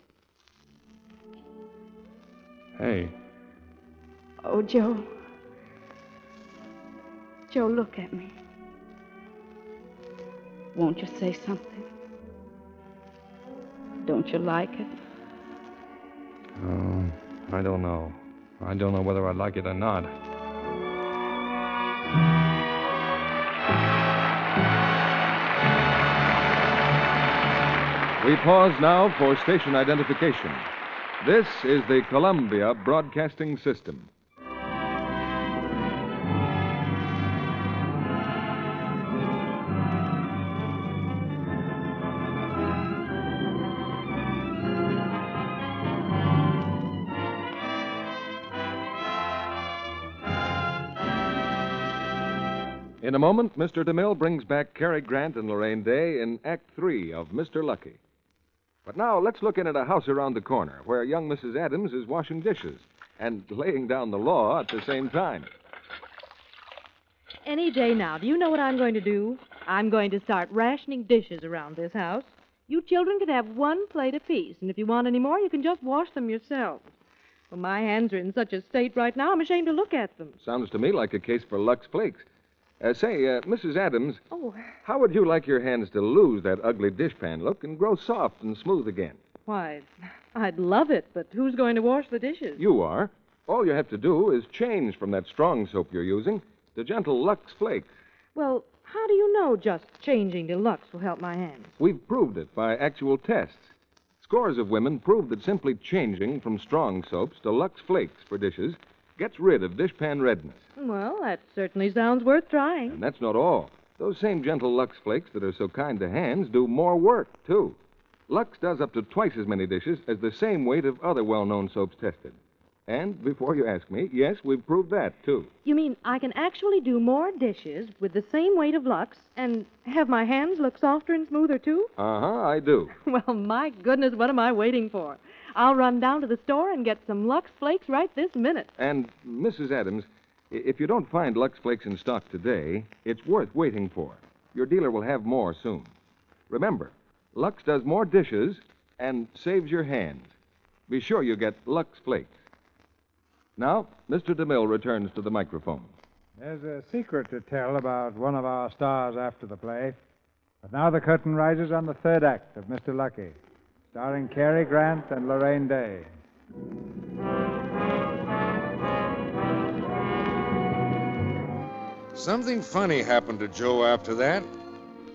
Speaker 1: Hey,
Speaker 18: Oh, Joe. Joe, look at me. Won't you say something? Don't you like it?
Speaker 1: Um, I don't know. I don't know whether I like it or not.
Speaker 12: We pause now for station identification. This is the Columbia Broadcasting System. In a moment, Mr. DeMille brings back Cary Grant and Lorraine Day in Act Three of Mr. Lucky. But now let's look in at a house around the corner where young Mrs. Adams is washing dishes and laying down the law at the same time.
Speaker 20: Any day now. Do you know what I'm going to do? I'm going to start rationing dishes around this house. You children can have one plate apiece, and if you want any more, you can just wash them yourselves. Well, my hands are in such a state right now, I'm ashamed to look at them.
Speaker 12: Sounds to me like a case for Lux Flakes. Uh, say, uh, Mrs. Adams,
Speaker 20: Oh,
Speaker 12: how would you like your hands to lose that ugly dishpan look and grow soft and smooth again?
Speaker 20: why, I'd love it, but who's going to wash the dishes?
Speaker 12: You are. All you have to do is change from that strong soap you're using to gentle Lux Flakes.
Speaker 20: Well, how do you know just changing to Lux will help my hands?
Speaker 12: We've proved it by actual tests. Scores of women prove that simply changing from strong soaps to Lux Flakes for dishes gets rid of dishpan redness.
Speaker 20: Well, that certainly sounds worth trying.
Speaker 12: And that's not all. Those same gentle Lux flakes that are so kind to hands do more work, too. Lux does up to twice as many dishes as the same weight of other well known soaps tested. And before you ask me, yes, we've proved that, too.
Speaker 20: You mean I can actually do more dishes with the same weight of Lux and have my hands look softer and smoother, too?
Speaker 12: Uh huh, I do.
Speaker 20: Well, my goodness, what am I waiting for? I'll run down to the store and get some Lux Flakes right this minute.
Speaker 12: And, Mrs. Adams, i- if you don't find Lux flakes in stock today, it's worth waiting for. Your dealer will have more soon. Remember, Lux does more dishes and saves your hands. Be sure you get Lux flakes. Now, Mr. DeMille returns to the microphone.
Speaker 2: There's a secret to tell about one of our stars after the play. But now the curtain rises on the third act of Mr. Lucky, starring Cary Grant and Lorraine Day.
Speaker 3: Something funny happened to Joe after that.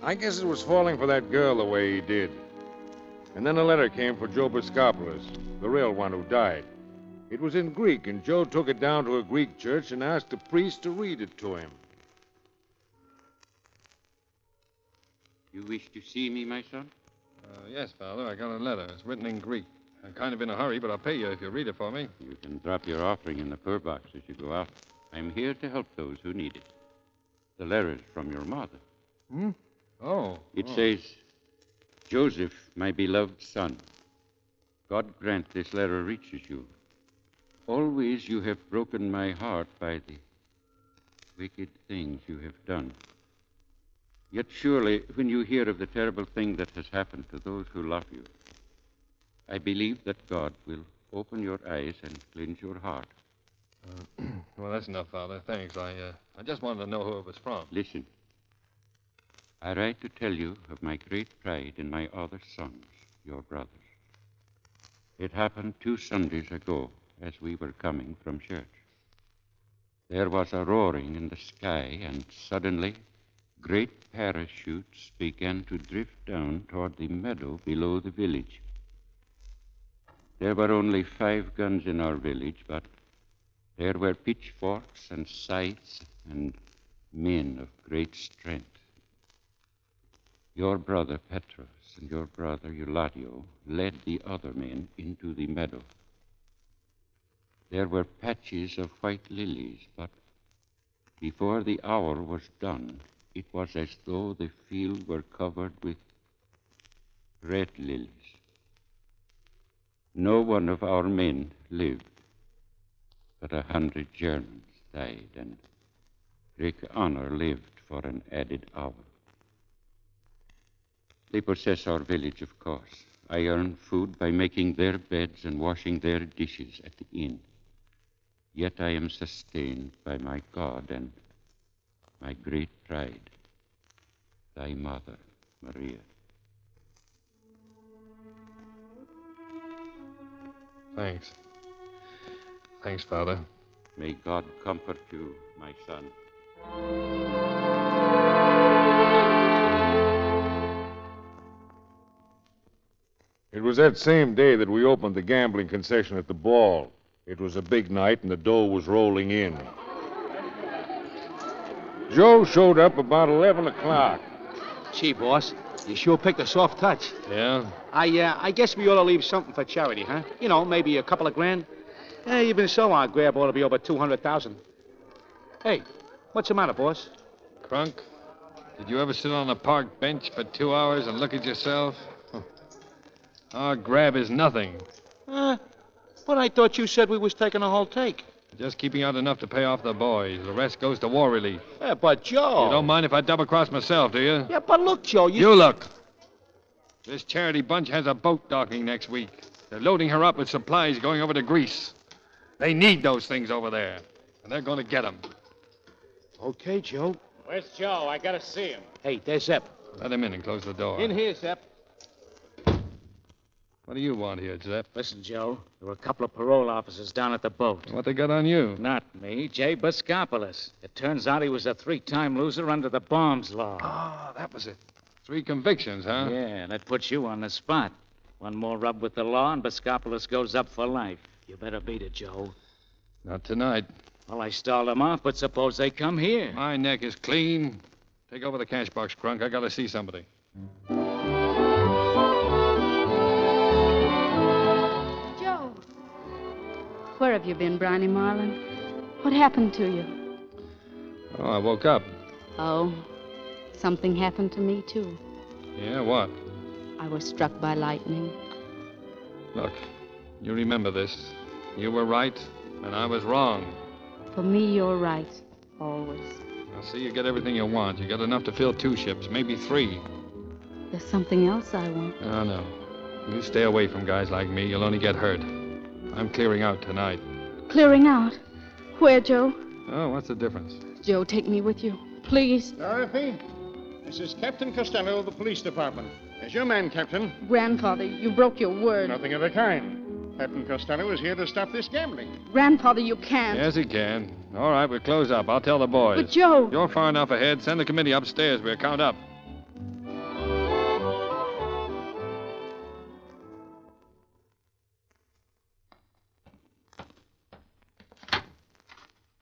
Speaker 3: I guess it was falling for that girl the way he did. And then a letter came for Joe Biscopoulos, the real one who died. It was in Greek, and Joe took it down to a Greek church and asked the priest to read it to him.
Speaker 21: You wish to see me, my son?
Speaker 1: Uh, yes, Father, I got a letter. It's written in Greek. I'm kind of in a hurry, but I'll pay you if you read it for me.
Speaker 21: You can drop your offering in the prayer box as you go out. I'm here to help those who need it. The letter is from your mother.
Speaker 1: Hmm? Oh.
Speaker 21: It
Speaker 1: oh.
Speaker 21: says, Joseph, my beloved son, God grant this letter reaches you. Always you have broken my heart by the wicked things you have done. Yet surely, when you hear of the terrible thing that has happened to those who love you, I believe that God will open your eyes and cleanse your heart.
Speaker 1: Well, that's enough, Father. Thanks. I, uh, I just wanted to know who it was from.
Speaker 21: Listen. I write to tell you of my great pride in my other sons, your brothers. It happened two Sundays ago as we were coming from church. There was a roaring in the sky, and suddenly great parachutes began to drift down toward the meadow below the village. There were only five guns in our village, but there were pitchforks and scythes and men of great strength. Your brother Petros and your brother Euladio led the other men into the meadow. There were patches of white lilies, but before the hour was done, it was as though the field were covered with red lilies. No one of our men lived, but a hundred Germans died, and Rick Honor lived for an added hour. They possess our village, of course. I earn food by making their beds and washing their dishes at the inn. Yet I am sustained by my God and my great pride, thy mother, Maria.
Speaker 1: Thanks. Thanks, Father.
Speaker 21: May God comfort you, my son.
Speaker 3: It was that same day that we opened the gambling concession at the ball. It was a big night, and the dough was rolling in. Joe showed up about 11 o'clock.
Speaker 22: Gee, boss, you sure picked a soft touch.
Speaker 1: Yeah?
Speaker 22: I, uh, I guess we ought to leave something for charity, huh? You know, maybe a couple of grand. Hey, even so, our grab ought to be over 200,000. Hey, what's the matter, boss?
Speaker 1: Crunk, did you ever sit on a park bench for two hours and look at yourself? Huh. Our grab is nothing.
Speaker 22: Uh, but I thought you said we was taking a whole take.
Speaker 1: Just keeping out enough to pay off the boys. The rest goes to war relief.
Speaker 22: Yeah, but Joe.
Speaker 1: You don't mind if I double cross myself, do you?
Speaker 22: Yeah, but look, Joe, you...
Speaker 1: You look. This charity bunch has a boat docking next week. They're loading her up with supplies going over to Greece. They need those things over there, and they're going to get them.
Speaker 22: Okay, Joe.
Speaker 6: Where's Joe? I gotta see him.
Speaker 22: Hey, there's Zep.
Speaker 1: Let him in and close the door.
Speaker 6: In here, Zep.
Speaker 1: What do you want here, Zep?
Speaker 6: Listen, Joe. There were a couple of parole officers down at the boat.
Speaker 1: What they got on you?
Speaker 6: Not me, Jay Buscopoulos. It turns out he was a three-time loser under the bombs law.
Speaker 1: Ah, that was it. Three convictions, huh?
Speaker 6: Yeah, that puts you on the spot. One more rub with the law, and Buscopoulos goes up for life. You better beat it, Joe.
Speaker 1: Not tonight.
Speaker 6: Well, I stalled them off, but suppose they come here.
Speaker 1: My neck is clean. Take over the cash box, Crunk. I gotta see somebody.
Speaker 7: Joe. Where have you been, Briny Marlin? What happened to you?
Speaker 1: Oh, I woke up.
Speaker 7: Oh, something happened to me, too.
Speaker 1: Yeah, what?
Speaker 7: I was struck by lightning.
Speaker 1: Look, you remember this. You were right, and I was wrong.
Speaker 7: For me, you're right, always.
Speaker 1: Now, see, you get everything you want. You got enough to fill two ships, maybe three.
Speaker 7: There's something else I want.
Speaker 1: Oh, no. You stay away from guys like me. You'll only get hurt. I'm clearing out tonight.
Speaker 7: Clearing out. Where, Joe?
Speaker 1: Oh, what's the difference?
Speaker 7: Joe, take me with you, please.
Speaker 4: Dorothy, this is Captain Costello of the police department. There's your man, Captain.
Speaker 7: Grandfather, you broke your word.
Speaker 4: Nothing of the kind. Captain Costello is here to stop this gambling.
Speaker 7: Grandfather, you can't.
Speaker 1: Yes, he can. All right, we'll close up. I'll tell the boys.
Speaker 7: But, Joe.
Speaker 1: You're far enough ahead. Send the committee upstairs. We'll count up.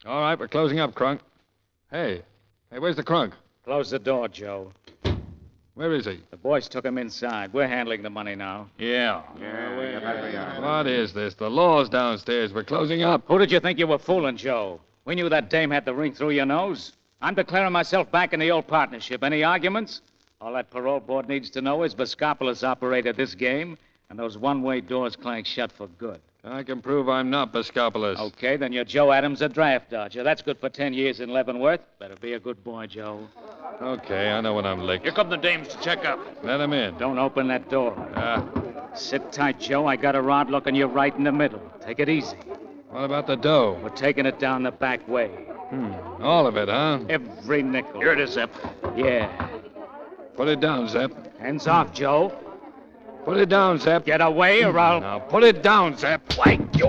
Speaker 1: All right, we're closing up, Crunk. Hey, hey, where's the Crunk?
Speaker 6: Close the door, Joe.
Speaker 1: Where is he?
Speaker 6: The boys took him inside. We're handling the money now.
Speaker 1: Yeah.
Speaker 6: Yeah, we
Speaker 1: What is this? The law's downstairs. We're closing up.
Speaker 6: Who did you think you were fooling, Joe? We knew that dame had the ring through your nose. I'm declaring myself back in the old partnership. Any arguments? All that parole board needs to know is Bascopoulos operated this game, and those one-way doors clank shut for good.
Speaker 1: I can prove I'm not Bascopoulos.
Speaker 6: Okay, then you're Joe Adams, a draft dodger. That's good for ten years in Leavenworth. Better be a good boy, Joe.
Speaker 1: Okay, I know when I'm licked.
Speaker 6: come the dames to check up.
Speaker 1: Let him in. Ah.
Speaker 6: Don't open that door. Sit tight, Joe. I got a rod looking you right in the middle. Take it easy.
Speaker 1: What about the dough?
Speaker 6: We're taking it down the back way.
Speaker 1: Hmm. All of it, huh?
Speaker 6: Every nickel. Here it is, Zep. Yeah.
Speaker 1: Put it down, Zep.
Speaker 6: Hands off, Joe.
Speaker 1: Put it down, Zep.
Speaker 6: Get away or I'll.
Speaker 1: Now put it down, Zep.
Speaker 6: Wait, you.
Speaker 19: We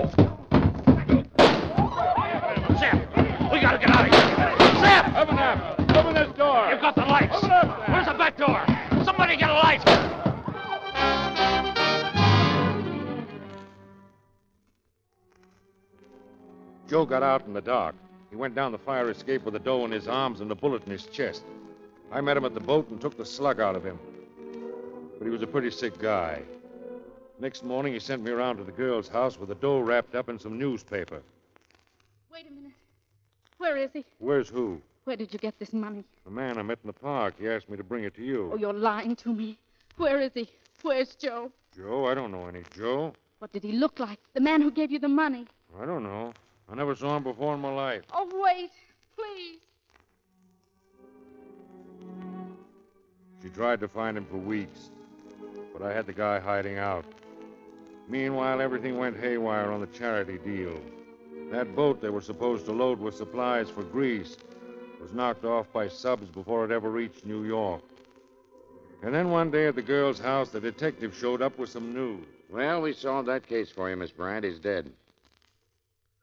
Speaker 19: gotta get out of here. Sam! Open up! Open this door! You've got the lights! Open up! Where's the back door? Somebody get a light!
Speaker 3: Joe got out in the dark. He went down the fire escape with the dough in his arms and the bullet in his chest. I met him at the boat and took the slug out of him. But he was a pretty sick guy. Next morning, he sent me around to the girl's house with the dough wrapped up in some newspaper.
Speaker 18: Wait a minute. Where is he?
Speaker 3: Where's who?
Speaker 18: Where did you get this money?
Speaker 3: The man I met in the park. He asked me to bring it to
Speaker 18: Oh,
Speaker 3: you.
Speaker 18: you're lying to me. Where is he? Where's Joe?
Speaker 3: Joe? I don't know any Joe.
Speaker 18: What did he look like? The man who gave you the money.
Speaker 3: I don't know. I never saw him before in my life.
Speaker 18: Oh, wait, please.
Speaker 3: She tried to find him for weeks, but I had the guy hiding out. Meanwhile, everything went haywire on the charity deal. That boat they were supposed to load with supplies for Greece was knocked off by subs before it ever reached New York. And then one day at the girl's house, the detective showed up with some news.
Speaker 17: Well, we solved that case for you, Miss Bryant. He's dead.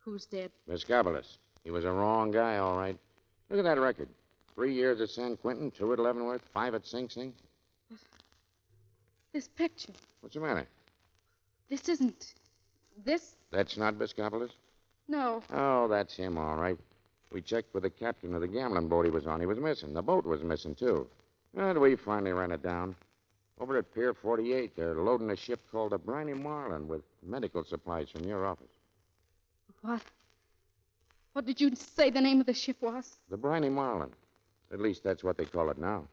Speaker 18: Who's dead?
Speaker 17: Miscopoulos. He was a wrong guy, all right. Look at that record. Three years at San Quentin, two at Leavenworth, five at Sing Sing.
Speaker 18: This picture.
Speaker 17: What's the matter?
Speaker 18: This isn't. This?
Speaker 17: That's not Miscopoulos?
Speaker 18: No.
Speaker 17: Oh, that's him, all right. We checked with the captain of the gambling boat he was on. He was missing. The boat was missing, too. And we finally ran it down. Over at Pier 48, they're loading a ship called the Briny Marlin with medical supplies from your office.
Speaker 18: What? What did you say the name of the ship was?
Speaker 17: The Briny Marlin. At least that's what they call it now.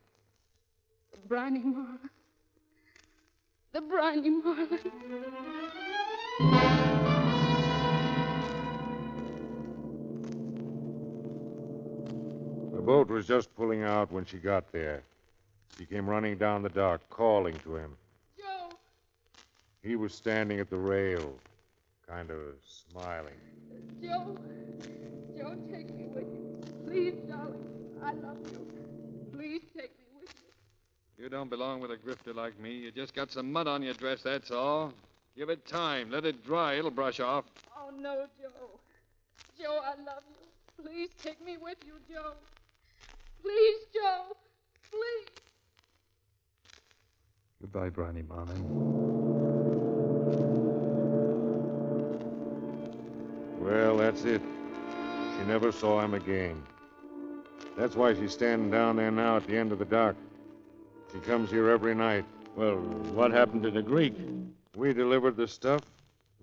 Speaker 18: The Briny Marlin. The Briny Marlin.
Speaker 3: The boat was just pulling out when she got there. She came running down the dock, calling to him.
Speaker 18: Joe!
Speaker 3: He was standing at the rail, kind of smiling.
Speaker 18: Joe. Joe, take me with you. Please, darling. I love you. Please take me with you.
Speaker 1: You don't belong with a grifter like me. You just got some mud on your dress, that's all. Give it time. Let it dry. It'll brush off.
Speaker 18: Oh, no, Joe. Joe, I love you. Please take me with you, Joe. Please, Joe. Please.
Speaker 1: Goodbye, Briny Marlin.
Speaker 3: Well, that's it. She never saw him again. That's why she's standing down there now at the end of the dock. She comes here every night. Well, what happened to the Greek? We delivered the stuff.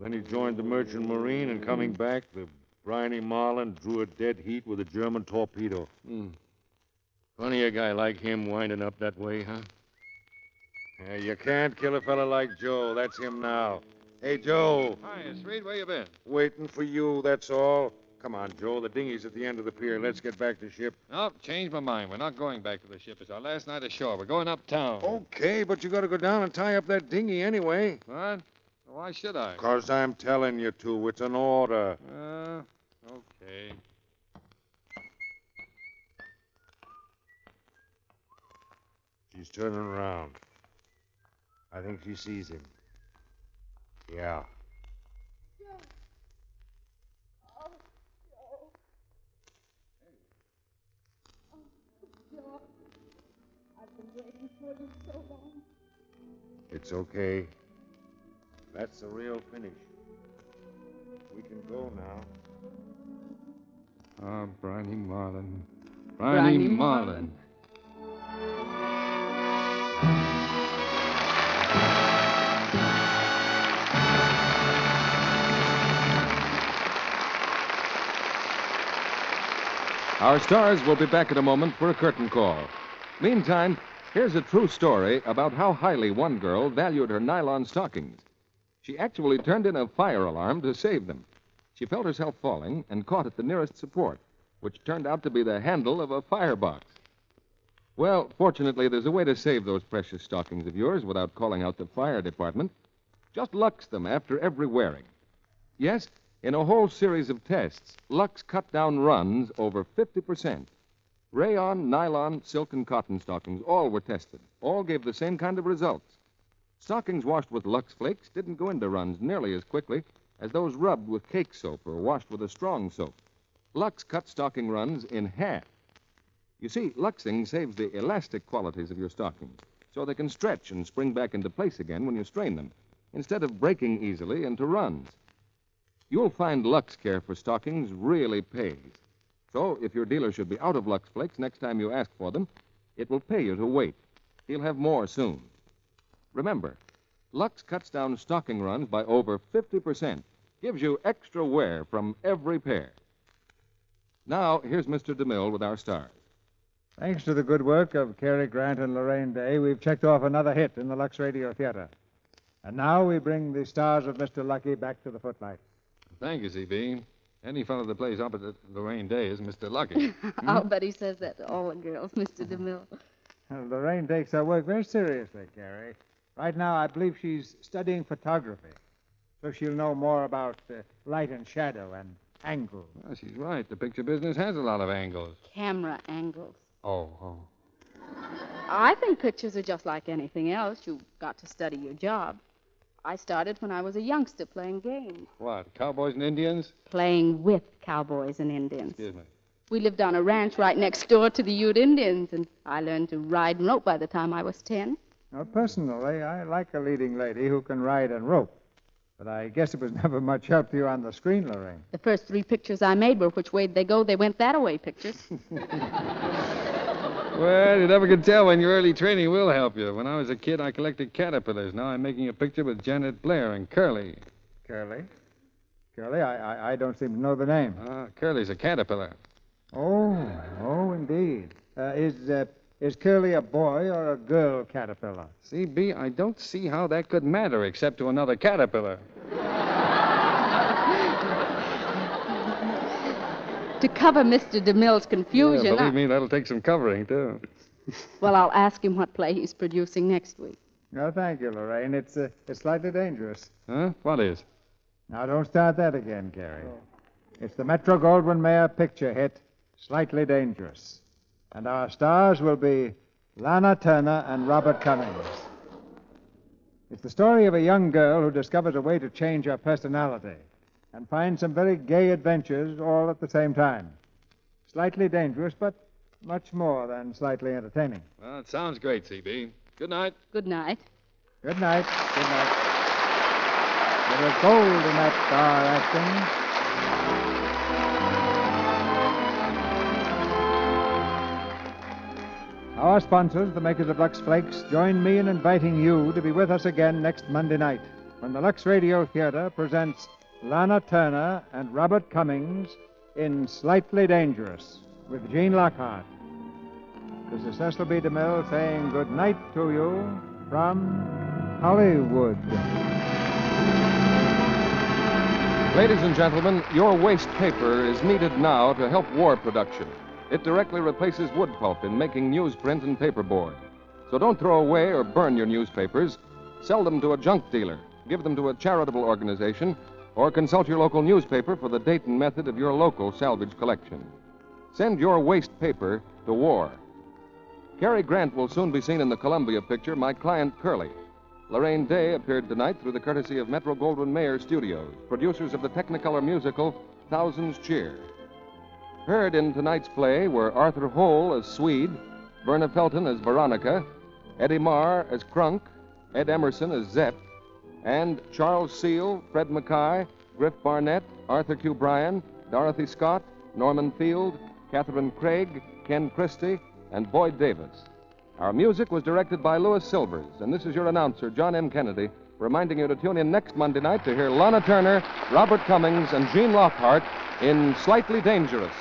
Speaker 3: Then he joined the Merchant Marine, and coming back, the briny Marlin drew a dead heat with a German torpedo.
Speaker 23: Hmm. Funny a guy like him winding up that way, huh?
Speaker 3: Yeah, you can't kill a fella like Joe. That's him now. Hey, Joe.
Speaker 1: Hi, it's Reed. Where you been?
Speaker 3: Waiting for you, that's all. Come on, Joe. The dinghy's at the end of the pier. Let's get back to ship.
Speaker 1: Nope, changed my mind. We're not going back to the ship. It's our last night ashore. We're going uptown.
Speaker 3: Okay, but you gotta go down and tie up that dinghy anyway.
Speaker 1: What? Why should I?
Speaker 3: Because I'm telling you to. It's an order.
Speaker 1: Uh, okay.
Speaker 3: She's turning around. I think she sees him. Yeah.
Speaker 18: Joe, I've been waiting for you so long.
Speaker 3: It's okay. That's the real finish. We can go now.
Speaker 1: Uh,
Speaker 21: Ah, Briny Marlin.
Speaker 5: Briny
Speaker 21: Briny
Speaker 5: Marlin.
Speaker 21: Marlin.
Speaker 12: Our stars will be back in a moment for a curtain call. Meantime, here's a true story about how highly one girl valued her nylon stockings. She actually turned in a fire alarm to save them. She felt herself falling and caught at the nearest support, which turned out to be the handle of a firebox. Well, fortunately, there's a way to save those precious stockings of yours without calling out the fire department. Just lux them after every wearing. Yes, in a whole series of tests, Lux cut down runs over 50%. Rayon, nylon, silk, and cotton stockings all were tested. All gave the same kind of results. Stockings washed with Lux flakes didn't go into runs nearly as quickly as those rubbed with cake soap or washed with a strong soap. Lux cut stocking runs in half. You see, Luxing saves the elastic qualities of your stockings so they can stretch and spring back into place again when you strain them, instead of breaking easily into runs you'll find Lux Care for stockings really pays. So if your dealer should be out of Lux Flakes next time you ask for them, it will pay you to wait. He'll have more soon. Remember, Lux cuts down stocking runs by over 50%, gives you extra wear from every pair. Now, here's Mr. DeMille with our stars.
Speaker 2: Thanks to the good work of Cary Grant and Lorraine Day, we've checked off another hit in the Lux Radio Theater. And now we bring the stars of Mr. Lucky back to the footlight.
Speaker 1: Thank you, C.B. Any fellow that plays opposite Lorraine Day is Mr. Lucky.
Speaker 7: I'll bet he says that to all the girls, Mr. DeMille.
Speaker 2: Well, Lorraine takes her work very seriously, Carrie. Right now, I believe she's studying photography, so she'll know more about uh, light and shadow and angles.
Speaker 1: Well, she's right. The picture business has a lot of angles.
Speaker 7: Camera angles.
Speaker 1: Oh, oh.
Speaker 7: I think pictures are just like anything else. You've got to study your job. I started when I was a youngster playing games,
Speaker 1: What? Cowboys and Indians?
Speaker 7: playing with cowboys and Indians.
Speaker 1: Excuse me.
Speaker 7: We lived on a ranch right next door to the Ute Indians, and I learned to ride and rope by the time I was 10.
Speaker 2: Now, personally, I like a leading lady who can ride and rope, but I guess it was never much help to you on the screen, Lorraine.
Speaker 7: The first three pictures I made were Which Way'd They Go? They Went That Away pictures.
Speaker 1: Well, you never can tell when your early training will help you. When I was a kid, I collected caterpillars. Now I'm making a picture with Janet Blair and Curly.
Speaker 2: Curly? Curly, I, I, I don't seem to know the name.
Speaker 1: Ah, Curly's a caterpillar.
Speaker 2: Oh, oh, indeed. Uh, is, uh, is Curly a boy or a girl caterpillar?
Speaker 1: CB, I don't see how that could matter except to another caterpillar.
Speaker 7: to cover Mr. DeMille's
Speaker 1: Yeah,
Speaker 7: confusion,
Speaker 1: believe
Speaker 7: I-
Speaker 1: me, that'll take some covering, too.
Speaker 7: well, I'll ask him what play he's producing next week.
Speaker 2: No, thank you, Lorraine. It's, uh, it's slightly dangerous.
Speaker 1: Huh? What is?
Speaker 2: Now, don't start that again, Gary. It's the Metro Goldwyn Mayer picture hit, Slightly Dangerous. And our stars will be Lana Turner and Robert Cummings. It's the story of a young girl who discovers a way to change her personality and finds some very gay adventures all at the same time. Slightly dangerous, but much more than slightly entertaining.
Speaker 1: Well, it sounds great, CB. Good night.
Speaker 7: Good night.
Speaker 2: Good night. Good night. There was gold in that star acting. Our sponsors, the makers of Lux Flakes, join me in inviting you to be with us again next Monday night when the Lux Radio Theater presents Lana Turner and Robert Cummings in Slightly Dangerous with Gene Lockhart. This is Cecil B. DeMille saying good night to you from Hollywood.
Speaker 12: Ladies and gentlemen, your waste paper is needed now to help war production. It directly replaces wood pulp in making newsprint and paperboard. So don't throw away or burn your newspapers. Sell them to a junk dealer, give them to a charitable organization, or consult your local newspaper for the date and method of your local salvage collection. Send your waste paper to war. Cary Grant will soon be seen in the Columbia picture, My Client Curly. Lorraine Day appeared tonight through the courtesy of Metro Goldwyn Mayer Studios, producers of the Technicolor musical Thousands Cheer. Heard in tonight's play were Arthur Hole as Swede, Verna Felton as Veronica, Eddie Marr as Crunk, Ed Emerson as Zepp, and Charles Seal, Fred Mackay, Griff Barnett, Arthur Q. Bryan, Dorothy Scott, Norman Field, Catherine Craig, Ken Christie, and Boyd Davis. Our music was directed by Louis Silvers, and this is your announcer, John M. Kennedy, reminding you to tune in next Monday night to hear Lana Turner, Robert Cummings, and Gene Lockhart in Slightly Dangerous.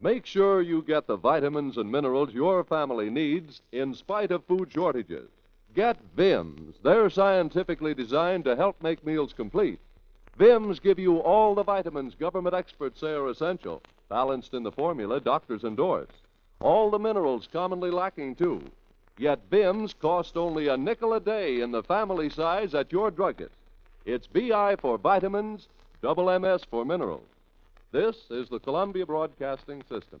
Speaker 9: Make sure you get the vitamins and minerals your family needs in spite of food shortages. Get VIMS. They're scientifically designed to help make meals complete. VIMS give you all the vitamins government experts say are essential, balanced in the formula doctors endorse. All the minerals commonly lacking, too. Yet VIMS cost only a nickel a day in the family size at your druggist. It's BI for vitamins, double MS for minerals. This is the Columbia Broadcasting System.